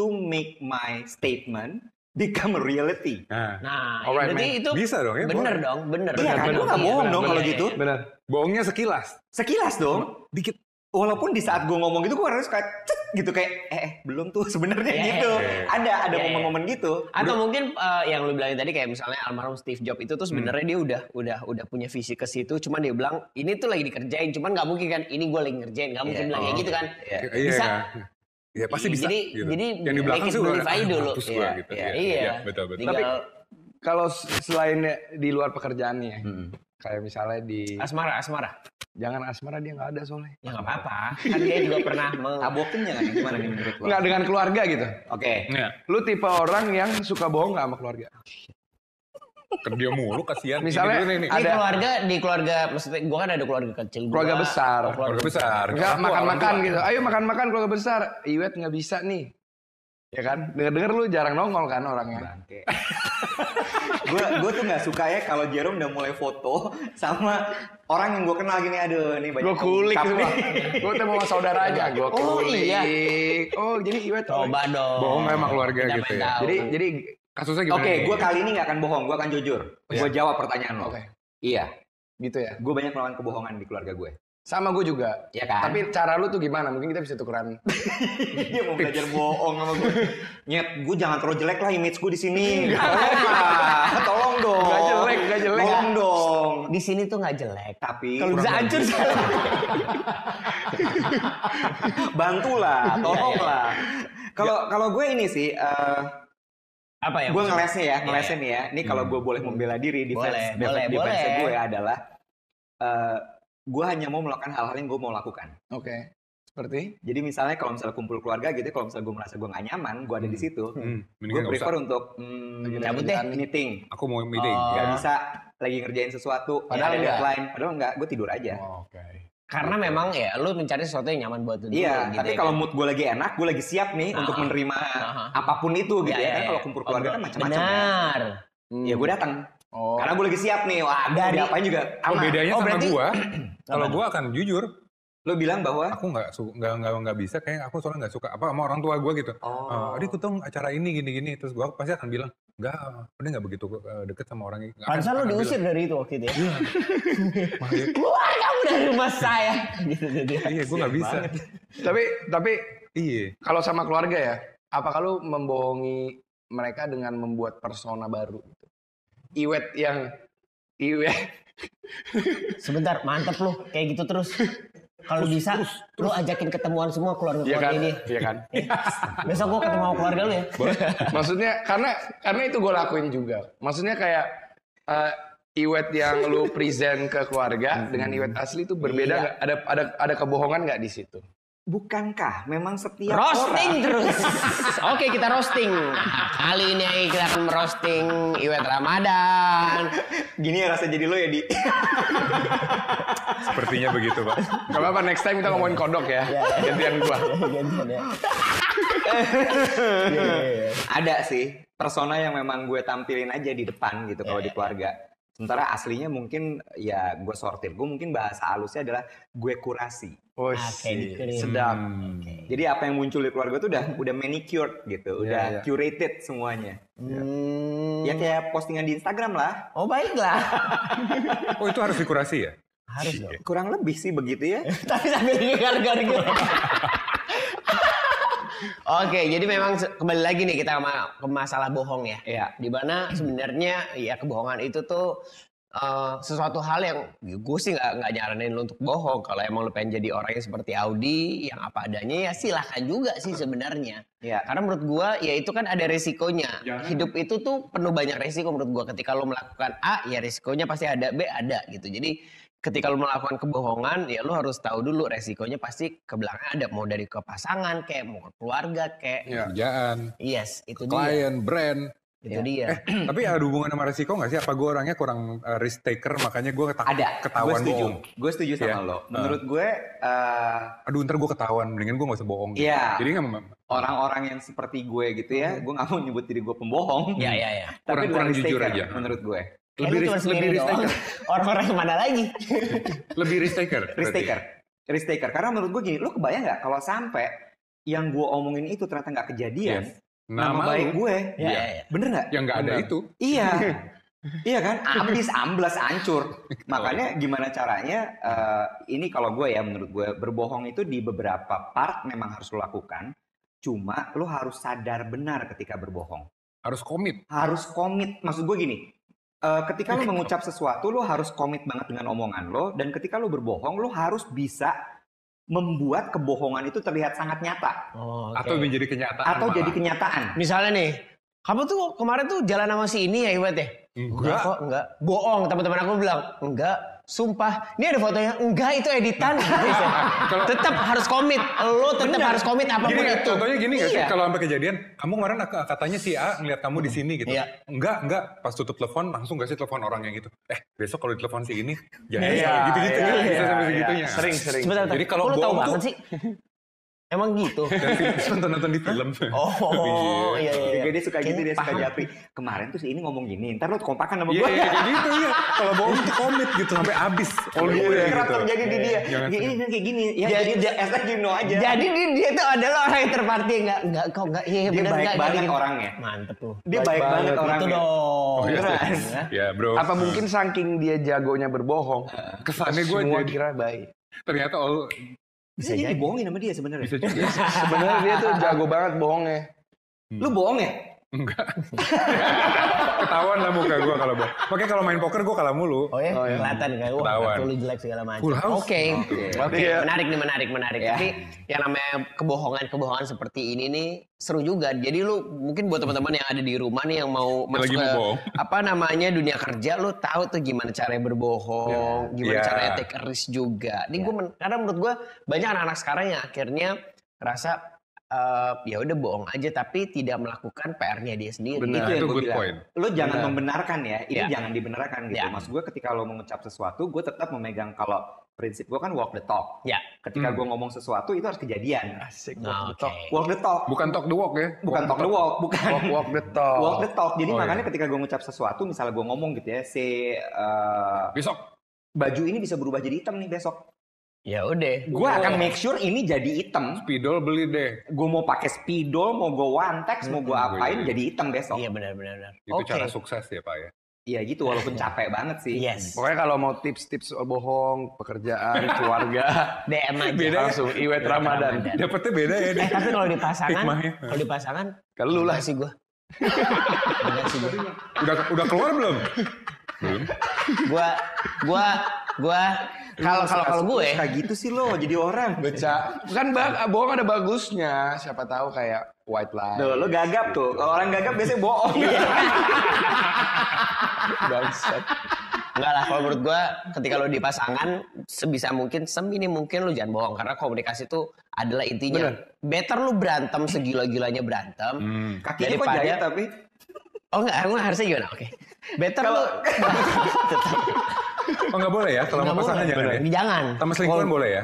[SPEAKER 5] to make my statement become a reality
[SPEAKER 3] Nah,
[SPEAKER 4] Nah,
[SPEAKER 2] Alright,
[SPEAKER 4] berarti
[SPEAKER 2] man.
[SPEAKER 4] itu
[SPEAKER 3] bisa dong ya?
[SPEAKER 4] bener
[SPEAKER 3] bohong.
[SPEAKER 4] dong, bener.
[SPEAKER 5] Iya kan, lu nggak bohong dong kalau
[SPEAKER 4] Iya,
[SPEAKER 5] gitu.
[SPEAKER 4] iya.
[SPEAKER 2] Benar.
[SPEAKER 3] Bohongnya sekilas.
[SPEAKER 5] sekilas dong
[SPEAKER 4] Hmm.
[SPEAKER 5] dikit walaupun di saat gue ngomong gitu gue harus kayak "Cet," gitu kayak eh eh, belum tuh sebenarnya
[SPEAKER 4] Iya,
[SPEAKER 5] gitu
[SPEAKER 3] iya, iya.
[SPEAKER 5] ada ada
[SPEAKER 4] Iya, iya.
[SPEAKER 5] momen-momen gitu
[SPEAKER 4] Atau mungkin eh, yang lu bilangin tadi kayak misalnya almarhum Steve Jobs itu tuh
[SPEAKER 5] Hmm.
[SPEAKER 4] sebenarnya dia udah udah udah punya visi ke situ, cuman dia bilang ini tuh lagi dikerjain, cuman nggak mungkin kan ini gue lagi ngerjain, nggak mungkin
[SPEAKER 5] Iya.
[SPEAKER 4] bilang kayak gitu kan.
[SPEAKER 5] Iya.
[SPEAKER 3] Iya.
[SPEAKER 4] Bisa.
[SPEAKER 3] Ya pasti bisa.
[SPEAKER 4] Jadi-
[SPEAKER 3] gitu.
[SPEAKER 4] jadi
[SPEAKER 3] yang di
[SPEAKER 4] make
[SPEAKER 3] belakang
[SPEAKER 4] it
[SPEAKER 3] sih udah
[SPEAKER 4] believe aja dulu.
[SPEAKER 3] hapus gua
[SPEAKER 5] Iya,
[SPEAKER 3] gitu.
[SPEAKER 5] iya,
[SPEAKER 4] iya.
[SPEAKER 3] iya, betul betul.
[SPEAKER 4] Tinggal
[SPEAKER 2] Kalau s- selain di luar pekerjaan nih ya,
[SPEAKER 5] Hmm.
[SPEAKER 2] kayak misalnya di
[SPEAKER 4] asmara asmara,
[SPEAKER 2] jangan asmara dia nggak ada soalnya.
[SPEAKER 4] ya nggak apa-apa. Kan dia juga pernah meng
[SPEAKER 5] tabokin jangan gimana nih menurut lo oke
[SPEAKER 2] Nggak dengan keluarga gitu.
[SPEAKER 3] Iya,
[SPEAKER 2] Lu tipe orang yang suka bohong nggak sama keluarga?
[SPEAKER 3] kerja mulu kasihan. Ini
[SPEAKER 2] Misalnya
[SPEAKER 3] dulu nih, nih.
[SPEAKER 4] Ini
[SPEAKER 2] ada-
[SPEAKER 4] keluarga di keluarga maksudnya gua kan ada keluarga kecil gua.
[SPEAKER 2] Keluarga besar.
[SPEAKER 4] Oh,
[SPEAKER 3] keluarga besar.
[SPEAKER 2] Enggak
[SPEAKER 3] Orang tua, orang
[SPEAKER 2] makan-makan
[SPEAKER 3] tua.
[SPEAKER 2] gitu. Ayo makan-makan keluarga besar. Iwet nggak bisa nih. Ya kan? Dengar-dengar lu jarang nongol kan orangnya.
[SPEAKER 5] Bangke. gue gue tuh nggak suka ya kalau Jerome udah mulai foto sama orang yang gue kenal gini aduh nih banyak
[SPEAKER 2] Gue kulik
[SPEAKER 5] ungkap
[SPEAKER 2] semua.
[SPEAKER 5] nih.
[SPEAKER 2] Gue temu sama saudaranya. Gue kulik.
[SPEAKER 4] Oh, iya.
[SPEAKER 2] Oh jadi Iwet.
[SPEAKER 4] Coba dong.
[SPEAKER 3] Bohong sama keluarga
[SPEAKER 4] Kita
[SPEAKER 3] gitu
[SPEAKER 4] pengen
[SPEAKER 3] ya.
[SPEAKER 4] tahu.
[SPEAKER 2] Jadi jadi
[SPEAKER 3] Kasusnya gimana?
[SPEAKER 5] Oke,
[SPEAKER 3] nih?
[SPEAKER 5] gue kali ini nggak akan bohong, gue akan jujur. Gue jawab pertanyaan lo.
[SPEAKER 2] oke
[SPEAKER 5] Iya,
[SPEAKER 2] gitu ya.
[SPEAKER 5] gue banyak melawan kebohongan di keluarga gue.
[SPEAKER 2] Sama gue juga.
[SPEAKER 5] Iya kan?
[SPEAKER 2] Tapi cara lu tuh gimana? Mungkin kita bisa tukeran.
[SPEAKER 5] dia mau belajar bohong sama gue. Nyet, gue jangan terlalu jelek lah image gue di sini. Tolong lah, tolong dong.
[SPEAKER 2] Nggak jelek, nggak jelek.
[SPEAKER 5] Tolong dong.
[SPEAKER 4] di sini tuh nggak jelek.
[SPEAKER 5] Tapi
[SPEAKER 4] Kalau bisa
[SPEAKER 5] kurang
[SPEAKER 4] hancur
[SPEAKER 5] bagus.
[SPEAKER 4] salah.
[SPEAKER 5] bantulah,
[SPEAKER 4] Iya, iya.
[SPEAKER 5] tolonglah. Kalau kalau gue ini sih, eh,
[SPEAKER 4] Apa ya?
[SPEAKER 5] gue
[SPEAKER 4] maksudnya?
[SPEAKER 5] ngelesnya ya,
[SPEAKER 4] Iya, Hmm.
[SPEAKER 5] ngelesnya nih ya. Ini kalau gue boleh membela diri, defense,
[SPEAKER 4] Boleh,
[SPEAKER 5] defense,
[SPEAKER 4] boleh,
[SPEAKER 5] defense
[SPEAKER 4] boleh.
[SPEAKER 5] gue adalah eh, gue hanya mau melakukan hal-hal yang gue mau lakukan.
[SPEAKER 2] Oke. Seperti?
[SPEAKER 5] Jadi misalnya kalau misalnya kumpul keluarga gitu, kalau misalnya gue merasa gue gak nyaman, gue ada di situ,
[SPEAKER 3] Hmm,
[SPEAKER 5] gue
[SPEAKER 3] mendingan nggak usah.
[SPEAKER 5] prefer untuk hmm,
[SPEAKER 2] Lagi
[SPEAKER 4] cabut deh.
[SPEAKER 5] meeting.
[SPEAKER 3] Aku mau meeting. Iya.
[SPEAKER 4] Oh.
[SPEAKER 5] Gak bisa lagi ngerjain sesuatu,
[SPEAKER 2] Padahal
[SPEAKER 5] padahal ada
[SPEAKER 2] enggak.
[SPEAKER 5] deadline, padahal enggak, gue tidur aja.
[SPEAKER 2] Oke.
[SPEAKER 4] Karena memang ya lu mencari sesuatu yang nyaman buat lu dulu
[SPEAKER 5] Iya,
[SPEAKER 4] gitu
[SPEAKER 5] tapi
[SPEAKER 4] ya
[SPEAKER 5] kalau
[SPEAKER 4] kan.
[SPEAKER 5] mood gue lagi enak, gue lagi siap nih
[SPEAKER 4] Nah.
[SPEAKER 5] untuk menerima
[SPEAKER 4] Aha.
[SPEAKER 5] apapun itu gitu ya.
[SPEAKER 4] Iya,
[SPEAKER 5] Kan
[SPEAKER 4] iya,
[SPEAKER 5] kalau
[SPEAKER 4] iya.
[SPEAKER 5] kumpul keluarga kan
[SPEAKER 4] Obrol-
[SPEAKER 5] macam-macam ya.
[SPEAKER 4] Benar.
[SPEAKER 2] Hmm.
[SPEAKER 5] Ya gue datang,
[SPEAKER 2] Oh.
[SPEAKER 5] karena gue lagi siap nih. Wah, gue
[SPEAKER 4] Dari-
[SPEAKER 5] diapain juga.
[SPEAKER 3] Oh,
[SPEAKER 5] aman.
[SPEAKER 3] bedanya
[SPEAKER 4] Oh,
[SPEAKER 3] sama
[SPEAKER 4] berarti-
[SPEAKER 3] gua, kalau
[SPEAKER 4] Apa?
[SPEAKER 3] gua akan jujur,
[SPEAKER 5] Lo bilang bahwa
[SPEAKER 3] aku nggak su- nggak nggak nggak bisa kayak aku soalnya nggak suka apa sama orang tua gue gitu
[SPEAKER 5] oh,
[SPEAKER 3] Eh, Adi ikut dong acara ini gini-gini terus gue pasti akan bilang nggak udah nggak begitu eh, deket sama orang ini Nggak akan-
[SPEAKER 4] Pansa lo
[SPEAKER 3] akan
[SPEAKER 4] diusir dari itu waktu itu ya.
[SPEAKER 3] bilang, "Wah, iya,
[SPEAKER 4] Keluar kamu dari rumah saya. Gitu dia.
[SPEAKER 3] iya gue nggak bisa
[SPEAKER 2] tapi tapi
[SPEAKER 3] iya
[SPEAKER 2] kalau sama keluarga ya, apa kalau membohongi mereka dengan membuat persona baru? gitu? Iwet yang iwet
[SPEAKER 4] Sebentar, mantep lo. Kayak gitu terus. Kalau bisa, lo ajakin ketemuan semua keluarga
[SPEAKER 2] ya kan?
[SPEAKER 4] keluarga ini.
[SPEAKER 2] Iya kan?
[SPEAKER 4] Besok gua ketemu sama keluarga lo ya.
[SPEAKER 2] Maksudnya karena karena itu gue lakuin juga. Maksudnya kayak eh, iwet yang lu present ke keluarga dengan iwet asli itu berbeda
[SPEAKER 4] Hmm. Iya.
[SPEAKER 2] nggak? Ada ada ada kebohongan nggak di situ?
[SPEAKER 5] bukankah ah, memang setiap
[SPEAKER 4] roasting
[SPEAKER 5] orang
[SPEAKER 4] terus. Oke kita roasting. Kali ini kita akan merosting Iwet Ramadan.
[SPEAKER 5] gini ya rasa jadi lo ya di
[SPEAKER 3] sepertinya begitu pak
[SPEAKER 2] Gak apa-apa next time kita ngomongin kodok ya.
[SPEAKER 4] Iya.
[SPEAKER 2] Gantian gua.
[SPEAKER 4] Ah, iya.
[SPEAKER 5] ada sih persona yang memang gue tampilin aja di depan gitu
[SPEAKER 4] Iya,
[SPEAKER 5] kalau di keluarga. Sementara aslinya mungkin ya gue sortir. Gue mungkin bahasa halusnya adalah gue kurasi.
[SPEAKER 2] Wush.
[SPEAKER 4] Oke, dikirim.
[SPEAKER 2] sedap.
[SPEAKER 5] Jadi apa yang muncul di keluarga tuh udah udah manicured gitu, udah
[SPEAKER 2] Iya, iya.
[SPEAKER 5] curated semuanya.
[SPEAKER 4] Hmm.
[SPEAKER 5] Ya kayak postingan di Instagram lah.
[SPEAKER 4] Oh baiklah.
[SPEAKER 3] oh itu harus dikurasi ya
[SPEAKER 4] Harus dong.
[SPEAKER 5] Kurang lebih sih begitu ya.
[SPEAKER 4] Tapi sambil dengar gitu. Oke, jadi memang se- kembali lagi nih kita sama ke masalah bohong ya.
[SPEAKER 5] Iya.
[SPEAKER 4] Di mana sebenarnya ya kebohongan itu tuh eh, sesuatu hal yang ya gue sih nggak nggak nyaranin lo untuk bohong. Kalau emang lo pengen jadi orang yang seperti Audi yang apa adanya ya silahkan juga sih sebenarnya.
[SPEAKER 5] Iya.
[SPEAKER 4] Karena menurut gua ya itu kan ada resikonya. Hidup itu tuh penuh banyak resiko menurut gua Ketika lo melakukan A ya resikonya pasti ada, B ada gitu. Jadi ketika lo melakukan kebohongan ya lo harus tahu dulu resikonya pasti ke belakang ada. Mau dari ke pasangan kayak mau ke keluarga
[SPEAKER 3] Iya.
[SPEAKER 4] kayak.
[SPEAKER 5] Iya.
[SPEAKER 2] Ya.
[SPEAKER 3] kerjaan
[SPEAKER 4] Yes itu dia.
[SPEAKER 3] klien brand
[SPEAKER 4] Itu dia.
[SPEAKER 3] tapi ada hubungan sama resiko nggak sih apa gue orangnya kurang eh, risk taker makanya gue
[SPEAKER 5] Ada.
[SPEAKER 3] ketahuan
[SPEAKER 5] gue setuju.
[SPEAKER 3] bohong
[SPEAKER 5] Gue setuju sama
[SPEAKER 3] Iya.
[SPEAKER 5] lo. Menurut gue eh,
[SPEAKER 3] aduh ntar gue ketahuan mendingan gue gak usah bohong gitu.
[SPEAKER 5] Iya.
[SPEAKER 3] jadi nggak
[SPEAKER 5] orang-orang yang seperti gue gitu ya, gue nggak mau nyebut diri gue pembohong.
[SPEAKER 4] Ya ya ya.
[SPEAKER 5] Tapi
[SPEAKER 3] Iya, Kurang- kurang
[SPEAKER 5] udah
[SPEAKER 3] jujur
[SPEAKER 5] mistaken,
[SPEAKER 3] aja.
[SPEAKER 5] Menurut gue.
[SPEAKER 4] Kayak lu
[SPEAKER 3] Lebih
[SPEAKER 4] cuma
[SPEAKER 3] risk-
[SPEAKER 4] sendiri
[SPEAKER 3] lebih risk
[SPEAKER 4] doang. Orang-orang mana lagi?
[SPEAKER 3] lebih risk taker
[SPEAKER 5] risk
[SPEAKER 3] berarti.
[SPEAKER 5] taker risk taker karena menurut gue gini lo kebayang nggak kalau sampai yang gue omongin itu ternyata nggak kejadian
[SPEAKER 3] Yes. Nah, Iya.
[SPEAKER 5] nama,
[SPEAKER 3] nama,
[SPEAKER 5] baik
[SPEAKER 3] lu
[SPEAKER 5] gue
[SPEAKER 4] Ya, ya, ya.
[SPEAKER 5] bener nggak
[SPEAKER 3] yang nggak ada
[SPEAKER 2] Benar.
[SPEAKER 3] itu
[SPEAKER 5] iya iya kan abis amblas hancur makanya gimana caranya eh, ini kalau gue ya menurut gue berbohong itu di beberapa part memang harus lo lakukan cuma lo harus sadar benar ketika berbohong
[SPEAKER 3] harus komit
[SPEAKER 5] harus komit. Maksud gue gini, eh, ketika lo mengucap sesuatu, lo harus komit banget dengan omongan lo, dan ketika lo berbohong, lo harus bisa membuat kebohongan itu terlihat sangat nyata
[SPEAKER 4] Oh,
[SPEAKER 3] atau
[SPEAKER 4] oke.
[SPEAKER 3] menjadi kenyataan
[SPEAKER 5] atau
[SPEAKER 3] malah.
[SPEAKER 5] jadi kenyataan.
[SPEAKER 4] Misalnya nih, kamu tuh kemarin tuh jalan sama si ini ya Iwet ya? Enggak
[SPEAKER 3] enggak
[SPEAKER 4] kok, enggak. Bohong, teman-teman aku bilang, enggak. Sumpah, ini ada fotonya, enggak itu editan. Gitu.
[SPEAKER 3] Kalau-
[SPEAKER 4] tetap harus komit, lo tetap harus komit apapun
[SPEAKER 3] Gini,
[SPEAKER 4] itu.
[SPEAKER 3] contohnya gini nggak sih
[SPEAKER 5] Iya.
[SPEAKER 3] kalau sampai kejadian kamu kemarin ak- katanya si A ngeliat kamu di sini gitu
[SPEAKER 4] Iya.
[SPEAKER 3] enggak enggak pas tutup telepon langsung gak sih telepon orang yang gitu eh besok kalau ditelepon si ini jangan
[SPEAKER 2] Iya,
[SPEAKER 3] gitu gitu
[SPEAKER 2] iya,
[SPEAKER 3] bisa sampai
[SPEAKER 2] iya.
[SPEAKER 3] segitunya
[SPEAKER 2] Sering sering.
[SPEAKER 4] Sebentar,
[SPEAKER 3] Jadi
[SPEAKER 4] Jadi
[SPEAKER 3] kalau
[SPEAKER 4] kalau lo tahu
[SPEAKER 3] bohong
[SPEAKER 4] banget
[SPEAKER 3] tuh-
[SPEAKER 4] sih. Emang gitu.
[SPEAKER 3] nonton nonton di film
[SPEAKER 4] Oh, iya iya.
[SPEAKER 5] Kayak
[SPEAKER 4] iya.
[SPEAKER 5] dia suka gitu, dia suka japri. Kemarin tuh si ini ngomong gini, ntar lo kompakan sama gue.
[SPEAKER 3] Iya, iya, kayak gitu ya. Kalau bohong tuh komit gitu sampai habis. Oh
[SPEAKER 5] Iya, kerap terjadi di dia.
[SPEAKER 3] Jangan
[SPEAKER 5] Kayak ini kayak gini, ya
[SPEAKER 4] Jadi-
[SPEAKER 5] jadi dia as you know
[SPEAKER 3] Iya.
[SPEAKER 5] aja.
[SPEAKER 4] Jadi dia, dia tuh adalah orang yang terparti enggak enggak kok enggak iya
[SPEAKER 5] dia
[SPEAKER 4] benar
[SPEAKER 5] baik
[SPEAKER 4] enggak
[SPEAKER 5] banget
[SPEAKER 4] gini.
[SPEAKER 5] orangnya.
[SPEAKER 4] Mantep lo.
[SPEAKER 5] gitu. Dia baik, banget,
[SPEAKER 4] Itu
[SPEAKER 5] orangnya.
[SPEAKER 4] dong.
[SPEAKER 3] Oh, iya.
[SPEAKER 4] Beneran.
[SPEAKER 3] Ya bro.
[SPEAKER 2] Apa mungkin saking dia jagonya berbohong,
[SPEAKER 3] kesannya gue
[SPEAKER 2] semua
[SPEAKER 3] jadi
[SPEAKER 2] kira baik.
[SPEAKER 3] ternyata all
[SPEAKER 5] Bisa jadi dibohongin sama dia sebenarnya.
[SPEAKER 3] bisa juga.
[SPEAKER 2] Sebenarnya dia tuh jago banget bohongnya.
[SPEAKER 5] Lu bohong ya?
[SPEAKER 3] Enggak. Ketahuan lah muka gue kalau bohong. Makanya kalau main poker gue kalah mulu.
[SPEAKER 4] Oh ya,
[SPEAKER 2] Oh, iya.
[SPEAKER 4] kelihatan kayak wah
[SPEAKER 3] Ketahuan.
[SPEAKER 4] kartu lu jelek segala macam.
[SPEAKER 3] Full
[SPEAKER 4] Oke,
[SPEAKER 3] house.
[SPEAKER 4] oke,
[SPEAKER 2] Iya.
[SPEAKER 4] menarik nih, menarik, menarik.
[SPEAKER 3] Iya.
[SPEAKER 4] Tapi yang namanya kebohongan-kebohongan seperti ini nih seru juga. Jadi lu mungkin buat teman-teman yang ada di rumah nih yang mau
[SPEAKER 3] Yang lagi
[SPEAKER 4] masuk
[SPEAKER 3] mau
[SPEAKER 4] ke
[SPEAKER 3] bohong.
[SPEAKER 4] apa namanya dunia kerja, lu tahu tuh gimana caranya berbohong, gimana
[SPEAKER 3] Iya.
[SPEAKER 4] caranya take a risk juga. Ini gua men- karena menurut gua banyak anak-anak sekarang yang akhirnya ngerasa eh, ya udah bohong aja tapi tidak melakukan PR-nya dia sendiri.
[SPEAKER 2] Benar.
[SPEAKER 3] Nah,
[SPEAKER 5] Itu yang
[SPEAKER 3] itu
[SPEAKER 5] iya, gua
[SPEAKER 3] good
[SPEAKER 5] bilang.
[SPEAKER 3] point.
[SPEAKER 5] lo jangan
[SPEAKER 2] Benar.
[SPEAKER 5] membenarkan ya ini
[SPEAKER 4] Ya.
[SPEAKER 5] jangan dibenarkan gitu
[SPEAKER 4] Ya.
[SPEAKER 5] maksud gue ketika lo mengucap sesuatu gue tetap memegang kalau prinsip gue kan walk the talk
[SPEAKER 4] Ya.
[SPEAKER 5] ketika gue
[SPEAKER 3] Hmm.
[SPEAKER 5] ngomong sesuatu itu harus kejadian
[SPEAKER 2] Asik.
[SPEAKER 4] Nah, oke.
[SPEAKER 5] walk the talk
[SPEAKER 3] Bukan talk the walk ya.
[SPEAKER 5] bukan talk the walk bukan
[SPEAKER 2] Walk, walk the talk.
[SPEAKER 5] walk the talk jadi
[SPEAKER 3] Oh,
[SPEAKER 5] makanya
[SPEAKER 3] iya.
[SPEAKER 5] ketika gue ngucap sesuatu misalnya gue ngomong gitu ya si eh,
[SPEAKER 3] Besok.
[SPEAKER 5] baju ini bisa berubah jadi hitam nih besok
[SPEAKER 4] Ya udah.
[SPEAKER 5] Gue akan make sure ini jadi item.
[SPEAKER 3] Spidol beli deh.
[SPEAKER 5] Gue mau pakai spidol, mau gue wantex, mau gue
[SPEAKER 3] Hmm,
[SPEAKER 5] apain,
[SPEAKER 3] iya.
[SPEAKER 5] jadi item besok.
[SPEAKER 4] Iya benar benar benar.
[SPEAKER 3] Itu cara sukses ya Pak ya.
[SPEAKER 5] Iya gitu, walaupun capek banget sih.
[SPEAKER 4] Yes.
[SPEAKER 3] Oh,
[SPEAKER 2] Pokoknya kalau mau tips-tips soal bohong, pekerjaan, keluarga,
[SPEAKER 4] DM aja.
[SPEAKER 3] ya,
[SPEAKER 2] langsung iwet
[SPEAKER 4] Iya.
[SPEAKER 2] Ramadan.
[SPEAKER 3] Dapatnya beda ya
[SPEAKER 4] Eh tapi kalau di pasangan,
[SPEAKER 3] Hikmahnya.
[SPEAKER 4] kalau di pasangan,
[SPEAKER 2] Kalau lu lah.
[SPEAKER 4] enggak sih gue. Enggak sih gue.
[SPEAKER 3] Udah udah keluar belum? Belum.
[SPEAKER 4] Gua, gua, gua. Kalau kalau kalau gue,
[SPEAKER 5] Suka gitu sih lo jadi orang.
[SPEAKER 2] Beca. Kan bang, bohong ada bagusnya. Siapa tahu kayak white lie.
[SPEAKER 5] Tuh, lo gagap tuh. Kalau orang gagap biasanya bohong.
[SPEAKER 2] Bangsat.
[SPEAKER 4] enggak lah. Kalau menurut gue, ketika lo di pasangan, sebisa mungkin, seminim mungkin lo jangan bohong karena komunikasi itu adalah intinya. Better lo berantem segila-gilanya berantem.
[SPEAKER 3] Hmm.
[SPEAKER 5] Kakinya kok
[SPEAKER 4] Daripada-
[SPEAKER 5] jahit tapi
[SPEAKER 4] Oh enggak, emang harusnya gimana? Oke. Better lo.
[SPEAKER 3] Oh nggak boleh ya kalau
[SPEAKER 4] Nggak
[SPEAKER 3] sama pasangan
[SPEAKER 4] boleh.
[SPEAKER 3] jangan ya.
[SPEAKER 4] Jangan.
[SPEAKER 3] Sama selingkuhan boleh ya?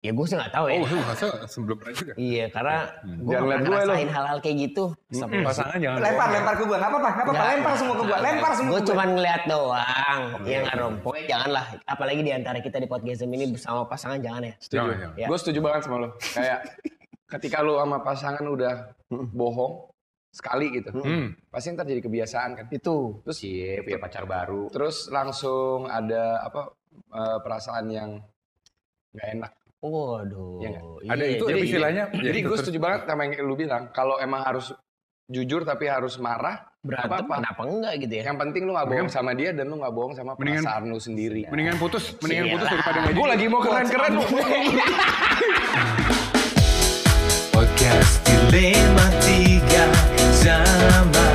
[SPEAKER 4] Ya gue sih nggak tahu ya.
[SPEAKER 3] Oh, masa sebelum pernah juga.
[SPEAKER 4] Iya, karena gue
[SPEAKER 2] Jangan
[SPEAKER 4] pernah
[SPEAKER 2] liat gue lo.
[SPEAKER 4] ngerasain hal-hal kayak gitu. Sama
[SPEAKER 3] Pasangan jangan.
[SPEAKER 5] lempar lempar ke gua nggak apa-apa nggak apa-apa lempar semua ke gua lempar semua
[SPEAKER 4] Gue
[SPEAKER 5] ke gua.
[SPEAKER 4] cuman ngeliat doang. Iya nggak dong. Pokoknya janganlah. Apalagi di antara kita di podcast ini bersama pasangan jangan ya.
[SPEAKER 2] Setuju.
[SPEAKER 3] Jangan, jangan.
[SPEAKER 4] Ya.
[SPEAKER 2] Gue setuju banget sama lo. Kayak ketika lo sama pasangan udah bohong sekali gitu,
[SPEAKER 3] Hmm.
[SPEAKER 2] pasti ntar jadi kebiasaan kan.
[SPEAKER 4] Itu.
[SPEAKER 2] Terus
[SPEAKER 5] Iya, punya pacar baru.
[SPEAKER 2] terus langsung ada apa eh, perasaan yang nggak enak.
[SPEAKER 4] Waduh.
[SPEAKER 2] Iya
[SPEAKER 3] Ada
[SPEAKER 2] jadi-
[SPEAKER 3] itu tapi istilahnya. ya,
[SPEAKER 2] Jadi gue setuju banget sama yang lu bilang. Kalau emang harus jujur tapi harus marah,
[SPEAKER 4] Berantem
[SPEAKER 2] apa-apa.
[SPEAKER 4] kenapa enggak gitu ya?
[SPEAKER 2] yang penting lu nggak bohong sama dia dan lu nggak bohong sama
[SPEAKER 3] Mendingan-
[SPEAKER 2] perasaan lu sendiri.
[SPEAKER 3] Mendingan putus, mendingan putus
[SPEAKER 4] Sialan.
[SPEAKER 3] daripada nggak
[SPEAKER 2] Gue
[SPEAKER 3] jadi.
[SPEAKER 2] lagi mau keren-keren.
[SPEAKER 4] Iya.
[SPEAKER 1] Podcast Dilema 3 Zaman